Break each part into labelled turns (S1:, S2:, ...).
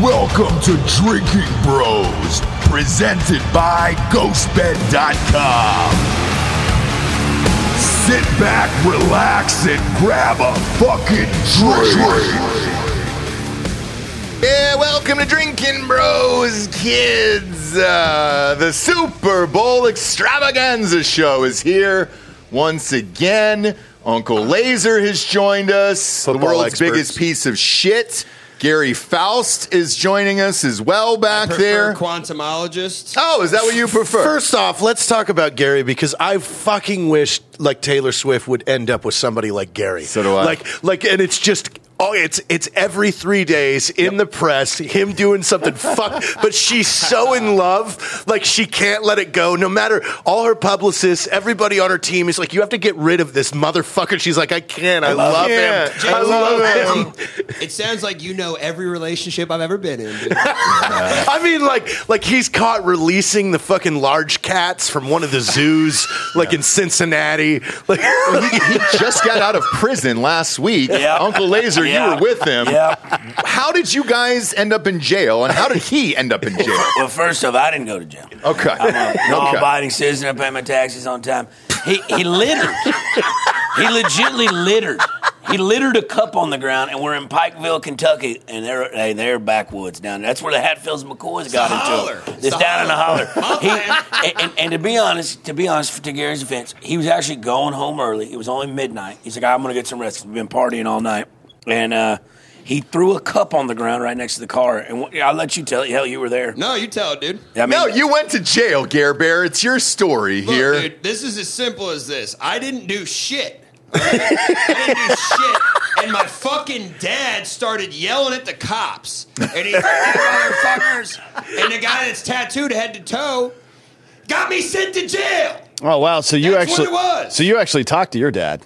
S1: Welcome to Drinking Bros, presented by GhostBed.com. Sit back, relax, and grab a fucking drink.
S2: Yeah, welcome to Drinking Bros, kids. Uh, the Super Bowl extravaganza show is here once again. Uncle Laser has joined us, the
S3: Football
S2: world's
S3: experts.
S2: biggest piece of shit. Gary Faust is joining us as well back
S4: prefer
S2: there.
S4: Quantumologist.
S2: Oh, is that what you prefer?
S3: First off, let's talk about Gary because I fucking wish like Taylor Swift would end up with somebody like Gary.
S2: So do I.
S3: Like like and it's just Oh, it's it's every three days in the press, him doing something fuck. But she's so in love, like she can't let it go. No matter all her publicists, everybody on her team is like, "You have to get rid of this motherfucker." She's like, "I can't. I, love,
S2: him.
S3: him.
S2: Yeah.
S3: I love him."
S4: It sounds like you know every relationship I've ever been in. dude.
S3: I mean, like, like he's caught releasing the fucking large cats from one of the zoos, like in Cincinnati. Like,
S2: he just got out of prison last week. Uncle Laser, you were with him. How did you guys end up in jail, and how did he end up in jail?
S5: Well, first off, I didn't go to jail.
S2: Okay.
S5: I'm a
S2: Okay.
S5: law-abiding citizen. I pay my taxes on time. He, he littered. he legitly littered. He littered a cup on the ground, and we're in Pikeville, Kentucky, and they're hey, they're backwoods down there. That's where the Hatfields McCoys got
S4: holler.
S5: into. it.
S4: It's
S5: It's
S4: a
S5: down in the
S4: holler.
S5: holler. He, and, and, and to be honest, to be honest, to Gary's defense, he was actually going home early. It was only midnight. He's like, I'm gonna get some rest. We've been partying all night, and uh, he threw a cup on the ground right next to the car. And wh- I'll let you tell it. Hell, you were there.
S4: No, you tell it, dude.
S5: I mean,
S2: no, you went to jail, Gare Bear. It's your story
S4: Look,
S2: here.
S4: dude, this is as simple as this. I didn't do shit. all right? I didn't do shit. And my fucking dad started yelling at the cops. And he's like, motherfuckers. And the guy that's tattooed head to toe got me sent to jail.
S6: Oh wow! So you
S4: That's what
S6: actually
S4: it was.
S6: so you actually talked to your dad.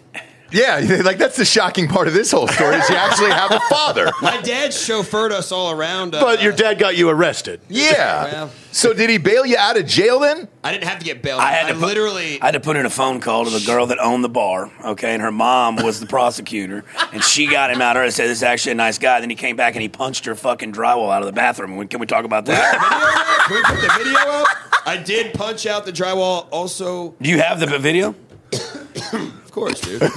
S2: Yeah, like that's the shocking part of this whole story is you actually have a father.
S4: My dad chauffeured us all around. Uh,
S3: but your dad got you arrested.
S2: Yeah.
S4: Well.
S2: So did he bail you out of jail then?
S4: I didn't have to get bailed.
S5: I had to put-
S4: literally.
S5: I had to put in a phone call to the girl that owned the bar, okay, and her mom was the prosecutor, and she got him out. Her and said, "This is actually a nice guy." Then he came back and he punched her fucking drywall out of the bathroom. We- Can we talk about that?
S4: video up? Can we put the video up? I did punch out the drywall. Also,
S5: Do you have the video?
S4: of course, dude. uh,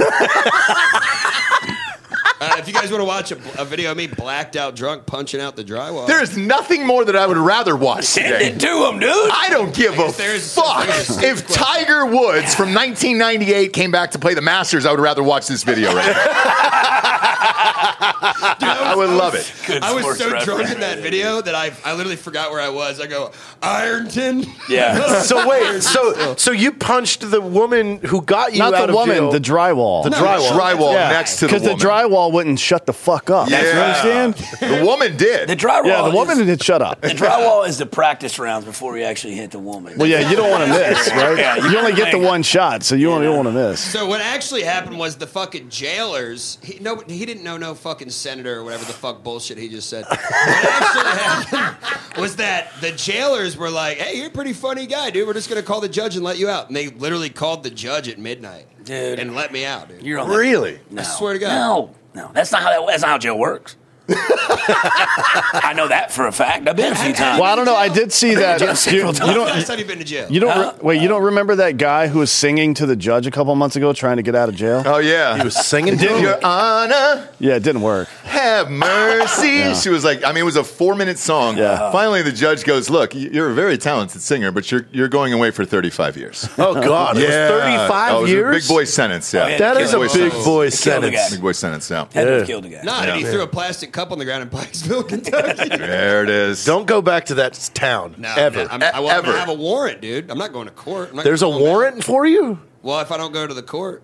S4: if you guys want to watch a, a video of me blacked out drunk punching out the drywall,
S2: There is nothing more that I would rather watch
S5: Send
S2: today.
S5: it to him, dude.
S2: I don't give a
S4: There is-
S2: fuck.
S4: there is-
S2: If Tiger Woods from 1998 came back to play the Masters, I would rather watch this video right now. I would love it.
S5: Good
S4: I was
S5: sports
S4: so
S5: reference.
S4: drunk in that video that I, I literally forgot where I was. I go, Ironton?
S5: Yeah.
S3: So wait, so so you punched the woman who got you
S6: Not
S3: out
S6: the
S3: of
S6: woman,
S3: jail.
S6: the drywall.
S3: The
S6: The
S3: drywall.
S2: Drywall next to the
S6: because the,
S2: woman.
S6: drywall wouldn't shut the fuck up.
S2: Yeah.
S6: You understand?
S2: the woman did.
S5: The drywall.
S6: yeah, the woman
S5: Is,
S6: didn't shut up.
S5: the drywall is the practice rounds before you actually hit the woman.
S6: Well, yeah, you don't want to miss, right?
S5: Yeah, you
S6: you, only get the
S5: think.
S6: one shot, so you only want to miss.
S4: So what actually happened was the fucking jailers. He, no, he didn't know no fucking senator or whatever the fuck bullshit he just said. what actually happened was that the jailers were like, "Hey, you're a pretty funny guy, dude. We're just gonna call the judge and let you out." And they literally called the judge at midnight,
S5: Dude.
S4: and let me out, dude.
S5: You're on the-
S3: Really?
S5: No.
S4: swear to God.
S5: No, no, that's not how that, that's not how jail works. I know that for a fact. I've been a few times.
S6: Well, I don't know. I did see that.
S5: Just
S6: You, you
S4: Last
S6: don't.
S4: time you've been to jail.
S6: You don't re- wait. You don't remember that guy who was singing to the judge a couple months ago, trying to get out of jail?
S2: oh yeah.
S3: He was singing to
S2: Did
S3: her?
S2: your honor
S6: Yeah, it didn't work.
S2: have mercy? She was like, I mean, it was a four-minute song.
S6: Yeah.
S2: Finally, the judge goes, "Look, y- you're a very talented singer, but you're you're going away for 35 years."
S3: Oh God! It was thirty-five
S2: Oh, it was a
S3: years.
S2: big boy sentence. Yeah,
S5: Oh, yeah.
S3: That is a
S2: Boy
S3: big
S2: sentence.
S3: boy
S5: Kill the
S3: sentence.
S5: guy.
S2: Big boy sentence. Yeah.
S5: Had to
S3: Yeah.
S5: have killed a guy.
S4: Nah, dude, he
S2: Yeah.
S4: threw a plastic cup on the ground in Pikesville, Kentucky.
S2: There it is.
S3: Don't go back to that town
S4: No,
S3: ever.
S4: no, I'm, I, well, I'm
S2: Ever.
S4: gonna have a warrant, dude. I'm not going to court. I'm not
S3: There's a
S4: gonna-
S3: warrant for you.
S4: Well, if I don't go to the court,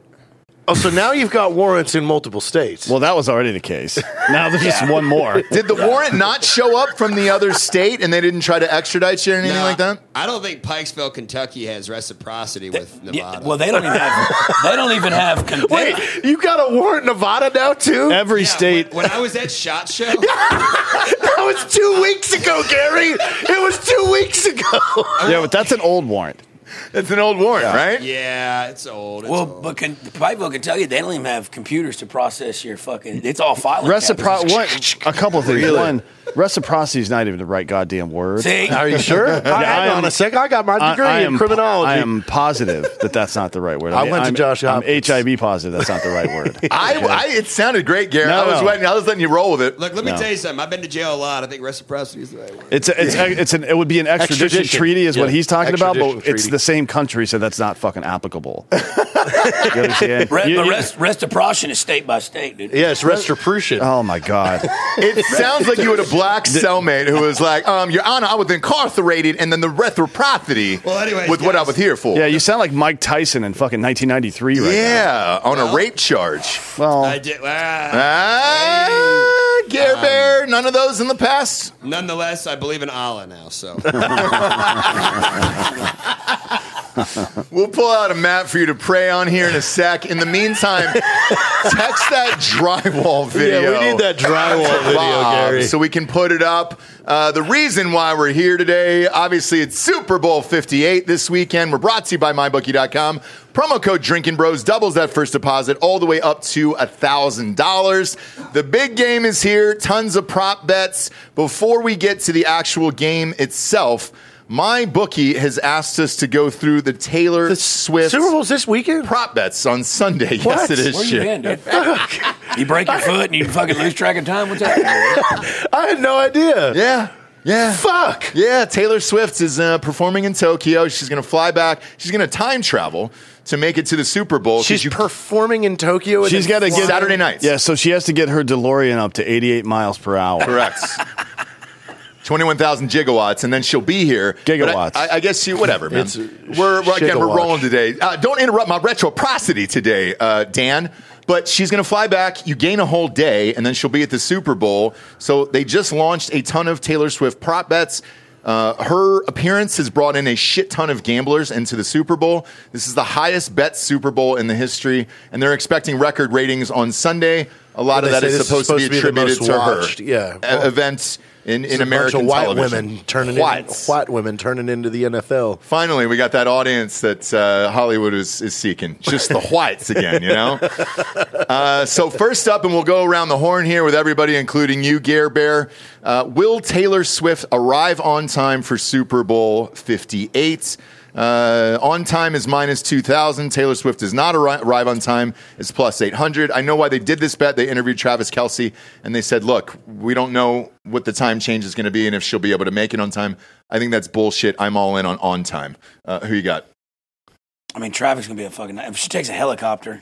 S3: Oh, so now you've got warrants in multiple states.
S6: Well, that was already the case. Now there's just one more.
S2: Did the warrant not show up from the other state, and they didn't try to extradite you or anything
S4: Nah,
S2: like that?
S4: I don't think Pikesville, Kentucky has reciprocity with
S5: Yeah,
S4: Nevada.
S5: well, they don't even have. They don't even have. Con-
S3: Wait, you got a warrant in Nevada now too?
S6: Every
S4: Yeah,
S6: state.
S4: When, when I was at Shot Show,
S3: That was two weeks ago, Gary. It was two weeks ago.
S6: yeah, but that's an old warrant.
S2: It's an old warrant, right?
S7: Yeah, it's old. It's
S5: Well,
S7: old.
S5: but can, Pikeville can tell you they don't even have computers to process your fucking. It's all filing.
S6: Recipro-
S5: cabinets.
S6: one, a couple of things. One, reciprocity is not even the right goddamn word.
S5: See?
S3: Are you sure? I,
S6: I
S3: hang
S6: am-
S3: on a sec. I got my
S6: I-
S3: degree
S6: I
S3: in
S6: am-
S3: criminology.
S6: I am positive that that's not the right word.
S3: I went to
S6: I'm,
S3: Josh
S6: I'm
S3: Hopkins.
S6: HIV positive. That's not the right word.
S2: I, I, it sounded great, Garrett.
S6: No,
S2: I was
S6: no.
S2: waiting. I was letting you roll with it.
S7: look, let me
S6: No.
S7: tell you something. I've been to jail a lot. I think reciprocity is the right word.
S6: It's a, it's, a, it's an it would be an extradition,
S3: Extradition.
S6: treaty is what
S3: Yeah.
S6: he's talking about, but
S3: Extradition
S6: it's
S3: treaty.
S6: the same country, so that's not fucking applicable. you understand?
S5: Re-
S6: You-
S5: but
S6: you-
S5: rest, reciprocity is state by state, dude.
S3: yes, retribution.
S6: oh my god!
S2: It sounds like you had a black cellmate who was like, um, Your Honor, I was incarcerated, and then the reciprocity
S7: Well, anyways,
S2: with what I
S7: guys.
S2: was here for.
S6: Yeah, you sound like Mike Tyson in fucking 1993 right now.
S2: Yeah, on a rape charge.
S6: Well,
S7: I did. ah.
S2: Ah, Gare Bear, none of those in the past.
S7: Nonetheless, I believe in Allah now. So
S2: We'll pull out a map for you to pray on here in a sec. In the meantime, text that drywall video.
S3: Yeah, we need that
S2: to
S3: drywall video,
S2: Bob
S3: Gary.
S2: So we can put it up. Uh, the reason why we're here today, obviously, it's Super Bowl 58 this weekend. We're brought to you by MyBookie.com. Promo code Drinking Bros doubles that first deposit all the way up to $1,000. The big game is here, tons of prop bets. Before we get to the actual game itself, my bookie has asked us to go through the Taylor Swift
S3: Super Bowl's this weekend.
S2: prop bets on Sunday. Yes,
S3: What?
S2: it is.
S5: Where you
S2: shit.
S5: been, dude? you break your foot and you fucking lose track of time. What's that?
S3: I had no idea.
S2: Yeah, yeah.
S3: Fuck.
S2: Yeah, Taylor Swift is uh, performing in Tokyo. She's going to fly back. She's going to time travel to make it to the Super Bowl. 'Cause
S3: She's
S2: you-
S3: performing in Tokyo. and
S6: she's
S3: then
S6: got to get
S2: Saturday nights.
S6: Yeah, so she has to get her DeLorean up to 88 miles per hour.
S2: correct. Twenty-one thousand gigawatts, and then she'll be here. But I-
S6: Gigawatts.
S2: I, I guess you. Whatever, man.
S3: It's-
S2: we're we're- again. We're
S3: Shigawatts.
S2: rolling today. Uh, don't interrupt my retroprocity today, uh, Dan. But she's going to fly back. You gain a whole day, and then she'll be at the Super Bowl. So they just launched a ton of Taylor Swift prop bets. Uh, her appearance has brought in a shit ton of gamblers into the Super Bowl. This is the highest bet Super Bowl in the history, and they're expecting record ratings on Sunday. A lot
S3: They
S2: of that
S3: say
S2: is
S3: this is
S2: supposed, to be
S3: supposed to be the
S2: attributed
S3: most
S2: to
S3: watched,
S2: her
S3: yeah.
S2: e- events in, in
S3: a bunch
S2: American
S3: of white
S2: television.
S3: women turning
S2: Whites.
S3: in, white women turning into the NFL.
S2: Finally, we got that audience that uh, Hollywood is, is seeking. Just the whites again, you know? Uh, so, first up, and we'll go around the horn here with everybody, including you, Gare Bear. Uh, will Taylor Swift arrive on time for Super Bowl 58? Uh, on time is minus 2,000. Taylor Swift does not arri- arrive on time, is plus 800. I know why they did this bet. They interviewed Travis Kelsey and they said, look, we don't know what the time change is going to be and if she'll be able to make it on time. I think that's bullshit. I'm all in on on time. Uh, who you got?
S5: I mean, traffic's gonna be a fucking. If she takes a helicopter,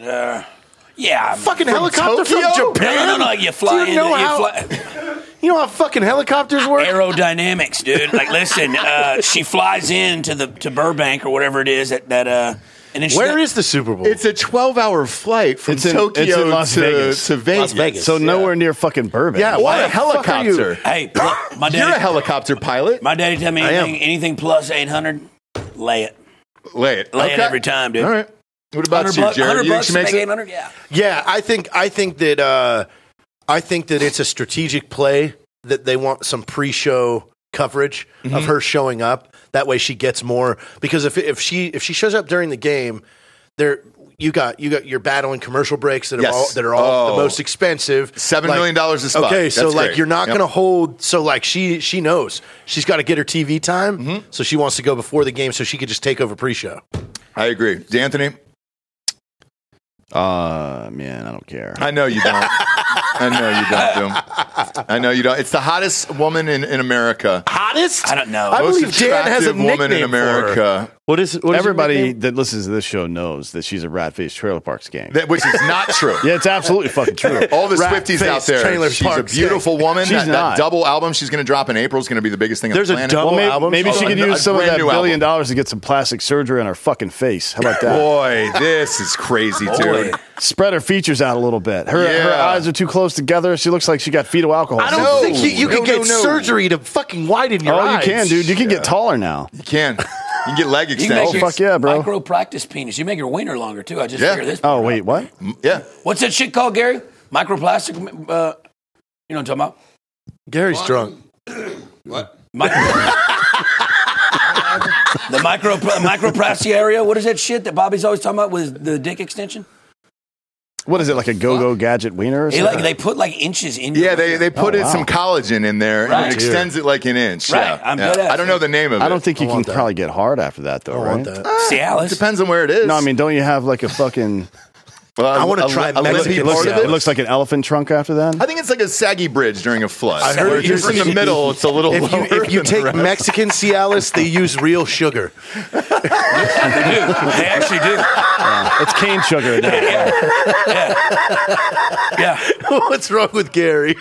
S5: uh, yeah, I'm-
S3: Fucking helicopter
S2: Tokyo?
S3: from Japan.
S5: No, no, no, you fly
S3: Do you know
S5: into- you
S3: how,
S5: fly-
S3: You know how fucking helicopters work?
S5: aerodynamics, dude. Like, listen, uh, she flies in to the to Burbank or whatever it is that that. Uh, and then she
S3: Where is the Super Bowl?
S2: It's a 12 hour flight from
S6: It's in-
S2: Tokyo
S6: it's in Las
S2: to,
S6: Vegas.
S2: to Vegas.
S3: Las Vegas.
S6: So nowhere near fucking Burbank.
S3: Yeah,
S2: Why
S3: Why
S2: a
S3: the fuck are you-
S2: helicopter?
S5: Hey, look, my
S2: You're a
S5: daddy,
S2: helicopter pilot.
S5: my daddy tell me
S3: I am.
S5: anything, anything plus eight hundred, lay it,
S2: Lay it.
S5: lay it
S2: Okay.
S5: every time, dude.
S2: All right. What about
S5: 100
S2: you,
S5: bucks-
S2: Jared?
S5: 100
S2: You think
S5: bucks
S2: she
S5: to
S2: makes
S5: make
S2: it?
S5: 800? Yeah.
S3: Yeah, I think I think that uh, I think that it's a strategic play that they want some pre-show coverage
S2: Mm-hmm.
S3: of her showing up. That way, she gets more because if if she if she shows up during the game, there you got you got you're battling commercial breaks that are
S2: Yes.
S3: all that are all
S2: Oh.
S3: the most expensive.
S2: Seven million dollars a spot.
S3: Okay, so
S2: That's
S3: like
S2: great.
S3: you're not
S2: Yep.
S3: going to hold. So like she she knows she's got to get her TV time.
S2: Mm-hmm.
S3: So she wants to go before the game so she could just take over pre-show.
S2: I agree. D'Anthony,
S6: Uh, man, I don't care.
S2: I know you don't. I know you don't, Doom. I know you don't. It's the hottest woman in, in America.
S3: Hottest?
S5: I don't know.
S3: I
S2: Most
S3: believe Dan has a
S2: attractive woman in
S3: nickname for her.
S2: America,
S3: What is what is her
S6: Everybody
S3: nickname?
S6: that listens to this show knows that she's a rat faced trailer parks gang.
S2: that, which is not true.
S6: yeah, it's absolutely fucking true.
S2: All the
S3: Rat
S2: Swifties
S3: face
S2: out there.
S3: trailer
S2: She's a
S3: park
S2: beautiful woman.
S6: She's
S2: that, that
S6: not.
S2: double album she's going to drop in April is going to be the biggest thing.
S3: There's
S2: on
S3: a
S2: the planet.
S3: double
S6: Well, may-
S3: album.
S6: maybe she
S2: Oh,
S6: could
S2: a-
S6: use
S2: a
S6: some of
S2: brand
S6: that
S2: new
S6: billion
S2: album.
S6: dollars to get some plastic surgery on her fucking face. How about that?
S2: Boy, this is crazy, dude.
S6: Spread her features out a little bit. Her her
S2: Yeah.
S6: eyes are too close together. She looks like she got fetal alcohol.
S3: I don't
S2: No,
S3: think you, you
S2: no,
S3: can get
S2: no, no.
S3: surgery to fucking widen your
S6: Oh, you
S3: eyes.
S6: can, dude. You can get taller now.
S2: You can. You can get leg
S5: You can make
S6: Oh,
S5: your
S2: extensions.
S6: fuck yeah, bro.
S5: Micro practice penis. You make your wiener longer too. I just
S2: Yeah.
S5: figured this.
S6: Oh wait, what?
S2: yeah.
S5: What's that shit called, Gary? Microplastic. Uh, you know what I'm talking about?
S3: Gary's drunk.
S7: what?
S5: Micro- The micro microplasty area. What is that shit that Bobby's always talking about with the dick extension?
S6: What is it like a go-go gadget wiener? Or
S5: They
S6: something?
S5: like they put like inches in.
S2: Yeah,
S5: your-
S2: they, they put
S6: Oh,
S2: in
S6: wow.
S2: some collagen in there
S5: Right.
S2: and it extends it like an inch.
S5: Right.
S2: Yeah.
S5: I'm
S2: yeah.
S5: dead ass,
S2: I don't know
S5: dude.
S2: the name of it.
S6: I don't think you can
S3: want that.
S6: probably get hard after that though,
S3: I
S6: right?
S3: want that.
S5: Cialis.
S2: Depends on where it is.
S6: No, I mean, don't you have like a fucking?
S2: Well,
S3: I wanna
S2: a-
S3: try
S2: a
S3: Mexican
S2: lippy
S6: it,
S3: Keep
S2: part
S6: looks,
S2: of it.
S6: it looks like an elephant trunk after that.
S2: I think it's like a saggy bridge during a flood. I
S5: heard it
S2: just in the
S5: used-
S2: middle, it's a little
S3: If
S2: lower.
S3: you, if you
S2: than the
S3: take
S2: rest.
S3: Mexican Cialis, they use real sugar.
S5: They do. They actually do.
S6: Oh, It's cane sugar. Now.
S5: Yeah.
S3: What's wrong with Gary?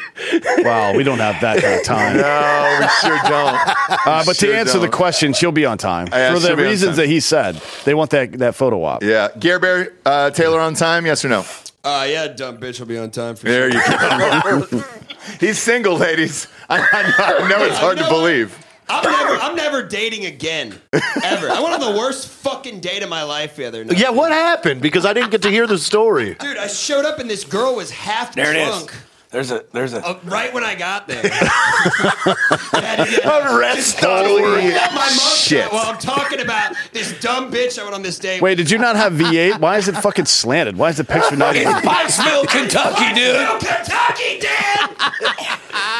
S6: wow, we don't have that kind of time.
S2: no, we sure don't.
S6: Uh, but
S2: Sure
S6: to answer
S2: don't.
S6: the question, she'll be on time
S2: Yeah,
S6: for
S2: she'll
S6: the
S2: be on
S6: reasons
S2: time.
S6: that he said. They want that that photo op.
S2: Yeah, Gare Bear uh, Taylor on time? Yes or no?
S7: Uh, yeah, dumb bitch will be on time for
S2: There you go. He's single, ladies. I, I know, I know it's hard
S7: You
S2: to
S7: know what?
S2: believe.
S7: I'm never, I'm never dating again, ever. I went on the worst fucking date of my life the other night.
S3: Yeah, what happened? Because I didn't get to hear the story.
S7: dude, I showed up and this girl was half
S5: There it is.
S7: drunk.
S5: There's a there's a
S7: uh, right when I got there. Had to get-
S2: Holy
S7: got my
S2: shit.
S7: mugshot while I'm talking about this dumb bitch I went on this date.
S6: Wait, did you not have V8? Why is it fucking slanted? Why is the picture not even?
S5: it's Pikesville, Kentucky, dude.
S7: Kentucky, Dan.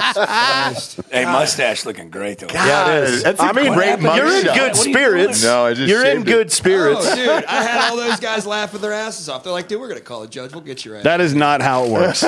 S5: Hey, mustache looking great though.
S3: Yeah, it
S2: That's a
S3: I mean,
S2: great
S3: you're in
S2: mugshot.
S3: good
S5: What are you
S3: spirits.
S2: doing? No, I just
S3: you're in
S2: shaved it.
S3: good spirits.
S7: Oh, dude, I had all those guys laughing their asses off. They're like, dude, we're gonna call a judge. We'll get your ass.
S6: That is not how it works.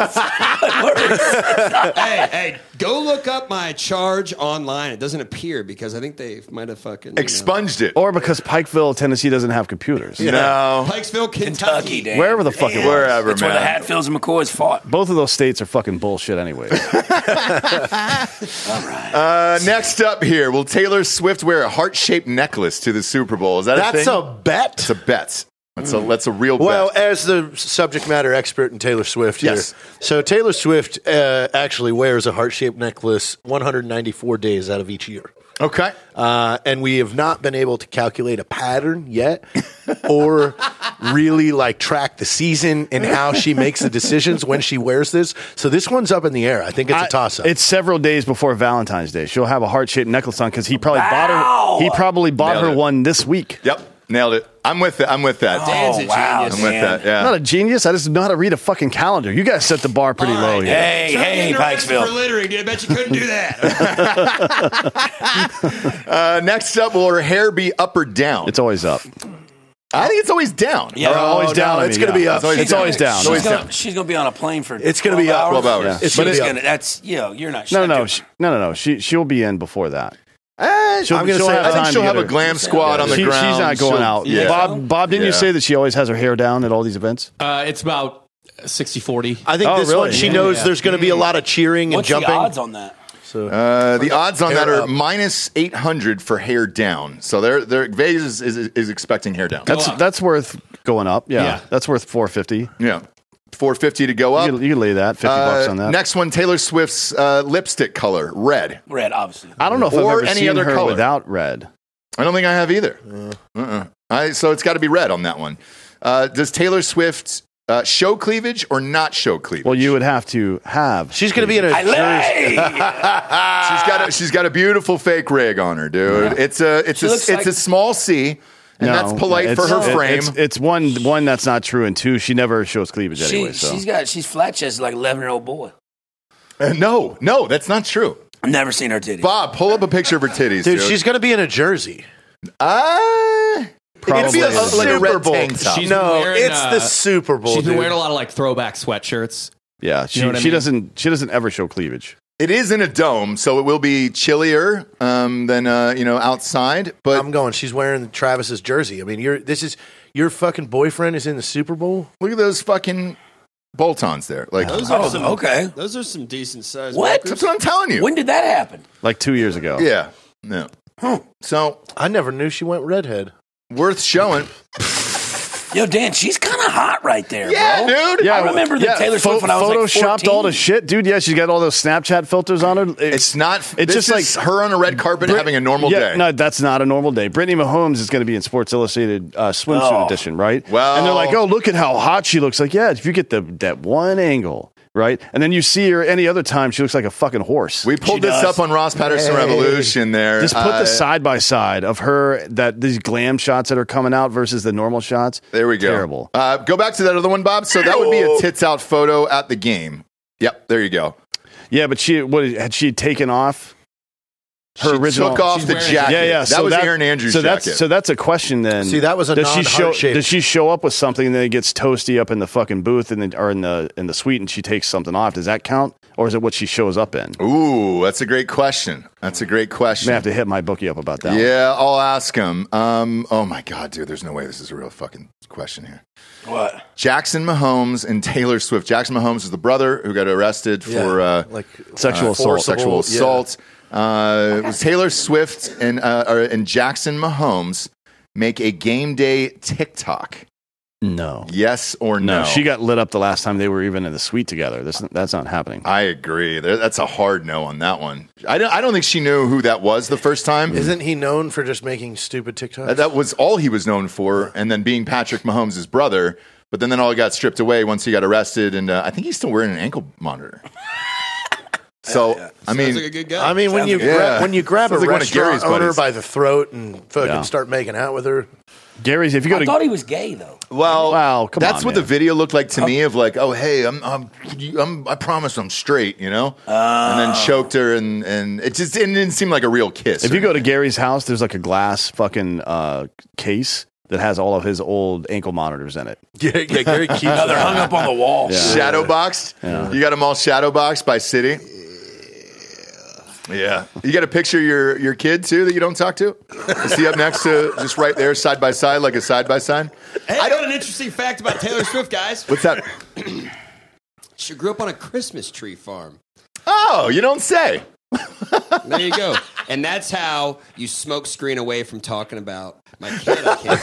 S7: hey, hey, go look up my charge online. It doesn't appear because I think they might have fucking you know.
S2: Expunged it.
S6: or because Pikeville, Tennessee doesn't have computers.
S2: no.
S7: Pikesville, Kentucky.
S5: Kentucky, Dan.
S6: Wherever the fuck it was.
S2: Wherever,
S5: That's where the
S2: man.
S5: Hatfields and McCoys fought.
S6: Both of those states are fucking bullshit anyway.
S2: Uh, next up here, will Taylor Swift wear a heart shaped necklace to the Super Bowl? Is that a
S3: That's
S2: thing?
S3: a bet.
S2: It's a bet. That's a that's a real
S3: Well,
S2: bet.
S3: as the subject matter expert in Taylor Swift here,
S2: Yes.
S3: so Taylor Swift uh, actually wears a heart shaped necklace 194 days out of each year.
S6: eh,
S2: Okay.
S3: Uh, and we have not been able to calculate a pattern yet or really like track the season and how she makes the decisions when she wears this. So this one's up in the air. I think it's a
S6: I-
S3: toss up.
S6: It's several days before Valentine's Day. She'll have a heart shaped necklace on because he probably
S5: Wow.
S6: bought her. He probably bought
S2: Nailed
S6: her
S2: it.
S6: one this week.
S2: Yep. Nailed it. I'm with it. I'm with that.
S7: Dan's
S5: Oh,
S7: a
S5: wow,
S7: genius.
S2: I'm with
S5: Dan.
S2: that. Yeah.
S6: I'm not a genius. I just know how to read a fucking calendar. You guys set the bar pretty
S7: All
S6: low
S7: right,
S6: here.
S5: Hey,
S7: Try
S5: hey,
S7: getting arrested For
S5: Pikesville.
S7: littering, dude. I bet you couldn't do that.
S2: Uh, next up, will her hair be up or down?
S6: It's always up.
S2: I think it's always down.
S5: Yeah.
S6: Or
S5: Oh,
S6: always
S3: no,
S6: down. I
S3: it's
S6: mean,
S3: gonna
S6: yeah.
S3: be up.
S6: It's always,
S2: It's always
S6: down.
S2: down.
S5: She's
S2: Always
S5: gonna,
S2: down.
S5: she's gonna be on a plane for.
S3: It's gonna be up.
S2: 12 hours.
S5: It's
S3: It's
S5: gonna
S3: gonna
S5: be
S3: be up.
S5: gonna, That's you know, you're not.
S6: No, no, no,
S5: shit.
S6: she, no, no, no. She she'll be in before that.
S2: Eh,
S6: She'll-
S2: I'm gonna
S6: she'll
S2: say,
S6: have
S2: I think
S6: time
S2: she'll
S6: to
S2: have
S6: get
S2: a
S6: her-
S2: glam squad on the
S6: She-
S2: ground.
S6: she's not going
S2: She'll-
S6: out.
S2: Yeah.
S6: Bob, Bob, didn't you
S2: Yeah.
S6: say that she always has her hair down at all these events?
S4: Uh, it's about 60 40.
S3: I think
S6: Oh,
S3: this
S6: really?
S3: one, she
S6: Yeah.
S3: knows there's going to be a lot of cheering and
S5: What's
S3: jumping.
S5: the odds on that?
S2: Uh, the odds on that
S3: Hair
S2: are
S3: up.
S2: minus 800 for hair down. So they're, they're, Vegas is, is, is expecting hair down.
S6: That's
S4: up.
S6: that's worth going up. Yeah,
S4: Yeah.
S6: that's worth four fifty.
S2: yeah. 450 to go up.
S6: You, could- you could lay that fifty bucks
S2: Uh,
S6: on that.
S2: Next one, Taylor Swift's uh, lipstick color, red.
S5: Red, obviously.
S6: I don't know if I've
S2: or
S6: ever
S2: any
S6: seen
S2: other
S6: her
S2: color.
S6: without red.
S2: I don't think I have either. Uh-uh. I, so it's got to be red on that one. Uh, does Taylor Swift uh, show cleavage or not show cleavage?
S6: Well, you would have to have.
S3: She's going to be in a
S5: I lay.
S2: she's got a, she's got a beautiful fake rig on her, dude. It's a it's
S5: She
S2: a
S5: looks
S2: it's
S5: like-
S2: a small C, and
S6: No,
S2: that's polite for
S6: it's-
S2: her
S6: it-
S2: frame.
S6: It's, it's one one that's not true, and two, she never shows cleavage
S5: she,
S6: anyway. So
S5: She's got. She's flat chested like eleven year old boy.
S2: Uh, no, no, that's not true.
S5: I've never seen her titties.
S2: Bob, pull up a picture of her titties, dude.
S3: dude. She's going to be in a jersey.
S2: uh,
S6: Probably
S2: it'd be a,
S6: is.
S2: like a
S3: Super
S2: red
S3: Bowl.
S2: tank top.
S4: She's
S3: no,
S4: been wearing,
S3: it's
S4: uh,
S3: the Super Bowl.
S4: She's been
S3: dude.
S4: wearing a lot of like throwback sweatshirts.
S6: yeah, she
S4: know what I
S6: she
S4: mean?
S6: doesn't she doesn't ever show cleavage.
S2: It is in a dome, so it will be chillier um, than uh, you know outside. But
S6: Um,
S3: I'm going. She's wearing Travis's jersey. I mean, you're this is your fucking boyfriend is in the Super Bowl.
S2: look at those fucking bolt-ons there. Like
S7: Those are
S5: oh,
S7: some,
S5: okay.
S7: Those are some decent sized.
S5: What?
S2: that's what I'm telling you.
S5: When did that happen?
S6: Like two years ago.
S2: yeah, no. So
S3: I never knew she went redhead.
S2: worth showing.
S5: Yo, Dan, she's kind of hot right there, bro.
S2: dude.
S5: I remember the Taylor Swift when I was, like,
S6: photoshopped
S5: 14.
S6: all the shit, dude. Yeah, she's got all those Snapchat filters on her.
S2: It's not.
S6: It's
S2: It's
S6: just
S2: just
S6: like-
S2: like her on a red carpet having a normal
S6: yeah,
S2: day.
S6: No, that's not a normal day. Brittany Mahomes is going to be in Sports Illustrated uh, swimsuit
S5: Oh.
S6: edition, right?
S2: Well-
S6: and they're like, "Oh, look at how hot she looks!" Like, yeah, if you get the that one angle right? And then you see her any other time, she looks like a fucking horse.
S2: We pulled
S5: She
S2: this up
S5: does.
S2: on Ross Patterson Revolution there.
S6: just put
S2: Uh,
S6: the side by side of her that these glam shots that are coming out versus the normal shots.
S2: There we go.
S6: Terrible.
S2: Uh, go back to that other one, Bob. So that would be a tits out photo at the game. Yep, there you go.
S6: Yeah, but she what had she taken off her
S2: she
S6: original
S2: took off
S8: She's
S2: the
S8: wearing-
S2: jacket.
S6: Yeah, yeah.
S2: That was Aaron Andrews'
S6: so
S2: jacket.
S6: That's, so that's a question then.
S3: See, that was a
S6: does she show?
S3: non-heart-shaped-
S6: Does she show up with something and then it gets toasty up in the fucking booth and then, or in the in the suite and she takes something off? Does that count, or is it what she shows up in? I'm
S2: Ooh, that's a great question. That's a great question.
S6: gonna have to hit my bookie up about that. one.
S2: yeah, I'll ask him. Um, oh my god, dude, there's no way this is a real fucking question here.
S5: What?
S2: Jackson Mahomes and Taylor Swift. Jackson Mahomes is the brother who got arrested for uh,
S3: like
S6: Sexual
S2: uh,
S6: assault.
S2: forcible- sexual
S3: yeah.
S2: assault. Uh, it was Taylor Swift and uh, or- and Jackson Mahomes make a game day TikTok?
S6: No.
S2: Yes or no?
S6: No, she got lit up the last time they were even in the suite together. That's that's not happening.
S2: I agree. There- That's a hard no on that one. I don't. I don't think she knew who that was the first time.
S3: Isn't he known for just making stupid TikToks?
S2: Uh, That was all he was known for, and then being Patrick Mahomes' brother. But then, then all got stripped away once he got arrested, and uh, I think he's still wearing an ankle monitor. So I mean,
S4: Sounds like a good guy.
S3: I mean, when you
S2: like- Yeah.
S3: gra- when you grab
S2: Sounds
S3: a
S2: like one of Gary's
S3: restaurant owner
S2: buddies.
S3: by the throat and fucking
S6: Yeah.
S3: start making out with her,
S6: Gary's, if you go
S5: I
S6: to
S5: thought he was gay though.
S2: well,
S6: Wow, come
S2: that's
S6: on,
S2: what the
S6: man.
S2: video looked like to me of like, oh hey, I'm, I'm, I'm I promise I'm straight, you know, and then choked her, and and it just it didn't seem like a real kiss.
S6: If
S2: or
S6: you go to Gary's house, there's like a glass fucking uh, case that has all of his old ankle monitors in it.
S3: yeah, yeah, Gary keeps
S5: No, they're hung up on the wall.
S2: shadow boxed. You got them all shadow boxed by city. Yeah, you got a picture of your your kid too that you don't talk to. Is he up next to just right there, side by side, like a side by side?
S4: hey, I got an interesting fact about Taylor Swift, guys.
S2: What's that?
S4: She grew up on a Christmas tree farm.
S2: Oh, you don't say.
S4: There you go. And that's how you smoke screen away from talking about my kid. I can't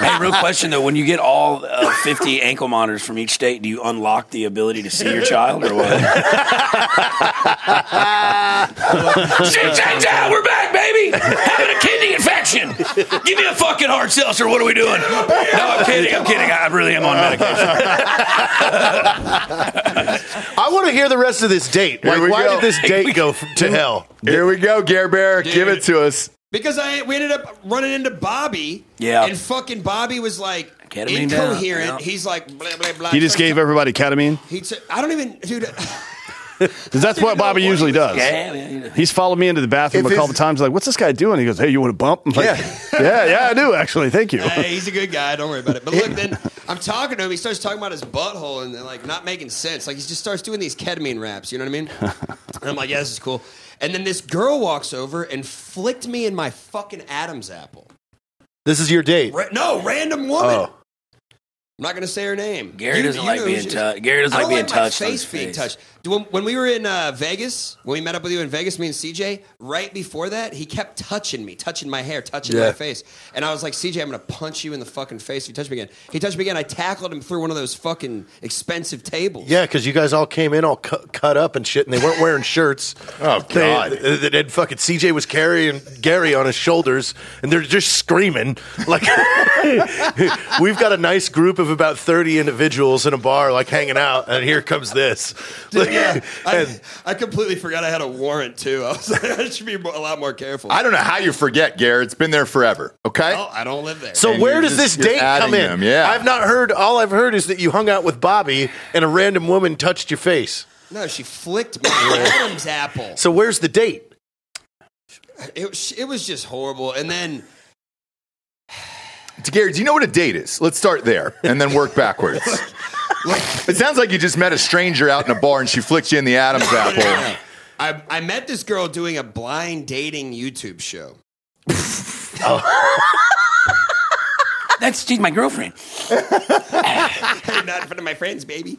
S4: see.
S5: Hey, real question though: When you get all uh, fifty ankle monitors from each state, do you unlock the ability to see your child or what? Shit, change out. We're back, baby. Having a kidney infection. Give me a fucking hard seltzer. What are we doing? No, I'm kidding. I'm kidding. I really am on medication.
S3: I want to hear the rest of this date.
S2: Here
S3: Like,
S2: we
S3: why
S2: go.
S3: did this date go f- to hell?
S2: Here we go, Gare Bear. Give it to us.
S4: because I we ended up running into Bobby.
S5: Yeah.
S4: And fucking Bobby was like
S5: Ketamine down,
S4: incoherent.
S5: yeah.
S4: He's like blah blah blah.
S6: He just gave everybody ketamine.
S4: He said, I don't even, dude.
S6: Because that's what Bobby usually does.
S5: Yeah, yeah, you know.
S6: He's followed me into the bathroom
S2: If
S6: a couple
S2: his-
S6: times. Like, what's this guy doing? He goes, "Hey, you want to bump?" I'm like, yeah. yeah, I do actually. Thank you.
S4: Hey, he's a good guy. Don't worry about it. But look, then I'm talking to him. He starts talking about his butthole and like not making sense. Like he just starts doing these ketamine raps. You know what I mean? And I'm like, yeah, this is cool. And then this girl walks over and flicked me in my fucking Adam's apple.
S3: This is your date.
S4: Ra- no, random woman.
S3: Oh.
S4: I'm not gonna say her name.
S5: Gary doesn't like
S4: know
S5: being
S4: who she is.
S5: tou- Gary doesn't
S4: I
S5: like
S4: don't
S5: being
S4: my
S5: touched on
S4: Face
S5: his
S4: being
S5: face.
S4: touched. Do- When, when we were in uh, Vegas, when we met up with you in Vegas, me and CJ. Right before that, he kept touching me, touching my hair, touching my
S3: Yeah.
S4: face, and I was like, CJ, I'm gonna punch you in the fucking face if you touch me again. He touched me again. I tackled him through one of those fucking expensive tables.
S3: Yeah, because you guys all came in all cu- cut up and shit, and they weren't wearing shirts.
S2: Oh,
S3: They-
S2: God.
S3: th- and fucking CJ was carrying Gary on his shoulders, and they're just screaming like, "We've got a nice group of about thirty individuals in a bar, like hanging out, and here comes this." Like,
S4: Yeah, I,
S3: and-
S4: I completely forgot I had a warrant too. I was like, I should be more, a lot more careful.
S2: I don't know how you forget, Gare. It's been there forever. Okay.
S4: Oh, I don't live there.
S3: so
S2: And
S3: where
S2: you're
S3: does
S2: just-
S3: this
S2: you're
S3: date come
S2: adding
S3: in?
S2: them, yeah.
S3: I've not heard. All I've heard is that you hung out with Bobby, and a random woman touched your face.
S4: no, she flicked me. Adam's apple.
S3: So where's the date?
S4: It, was- it was just horrible. And then
S2: Gary, do you know what a date is? Let's start there and then work backwards. it sounds like you just met a stranger out in a bar and she flicked you in the Adam's apple.
S4: I, I met this girl doing a blind dating YouTube show.
S5: That's she's my girlfriend.
S4: Not in front of my friends, baby.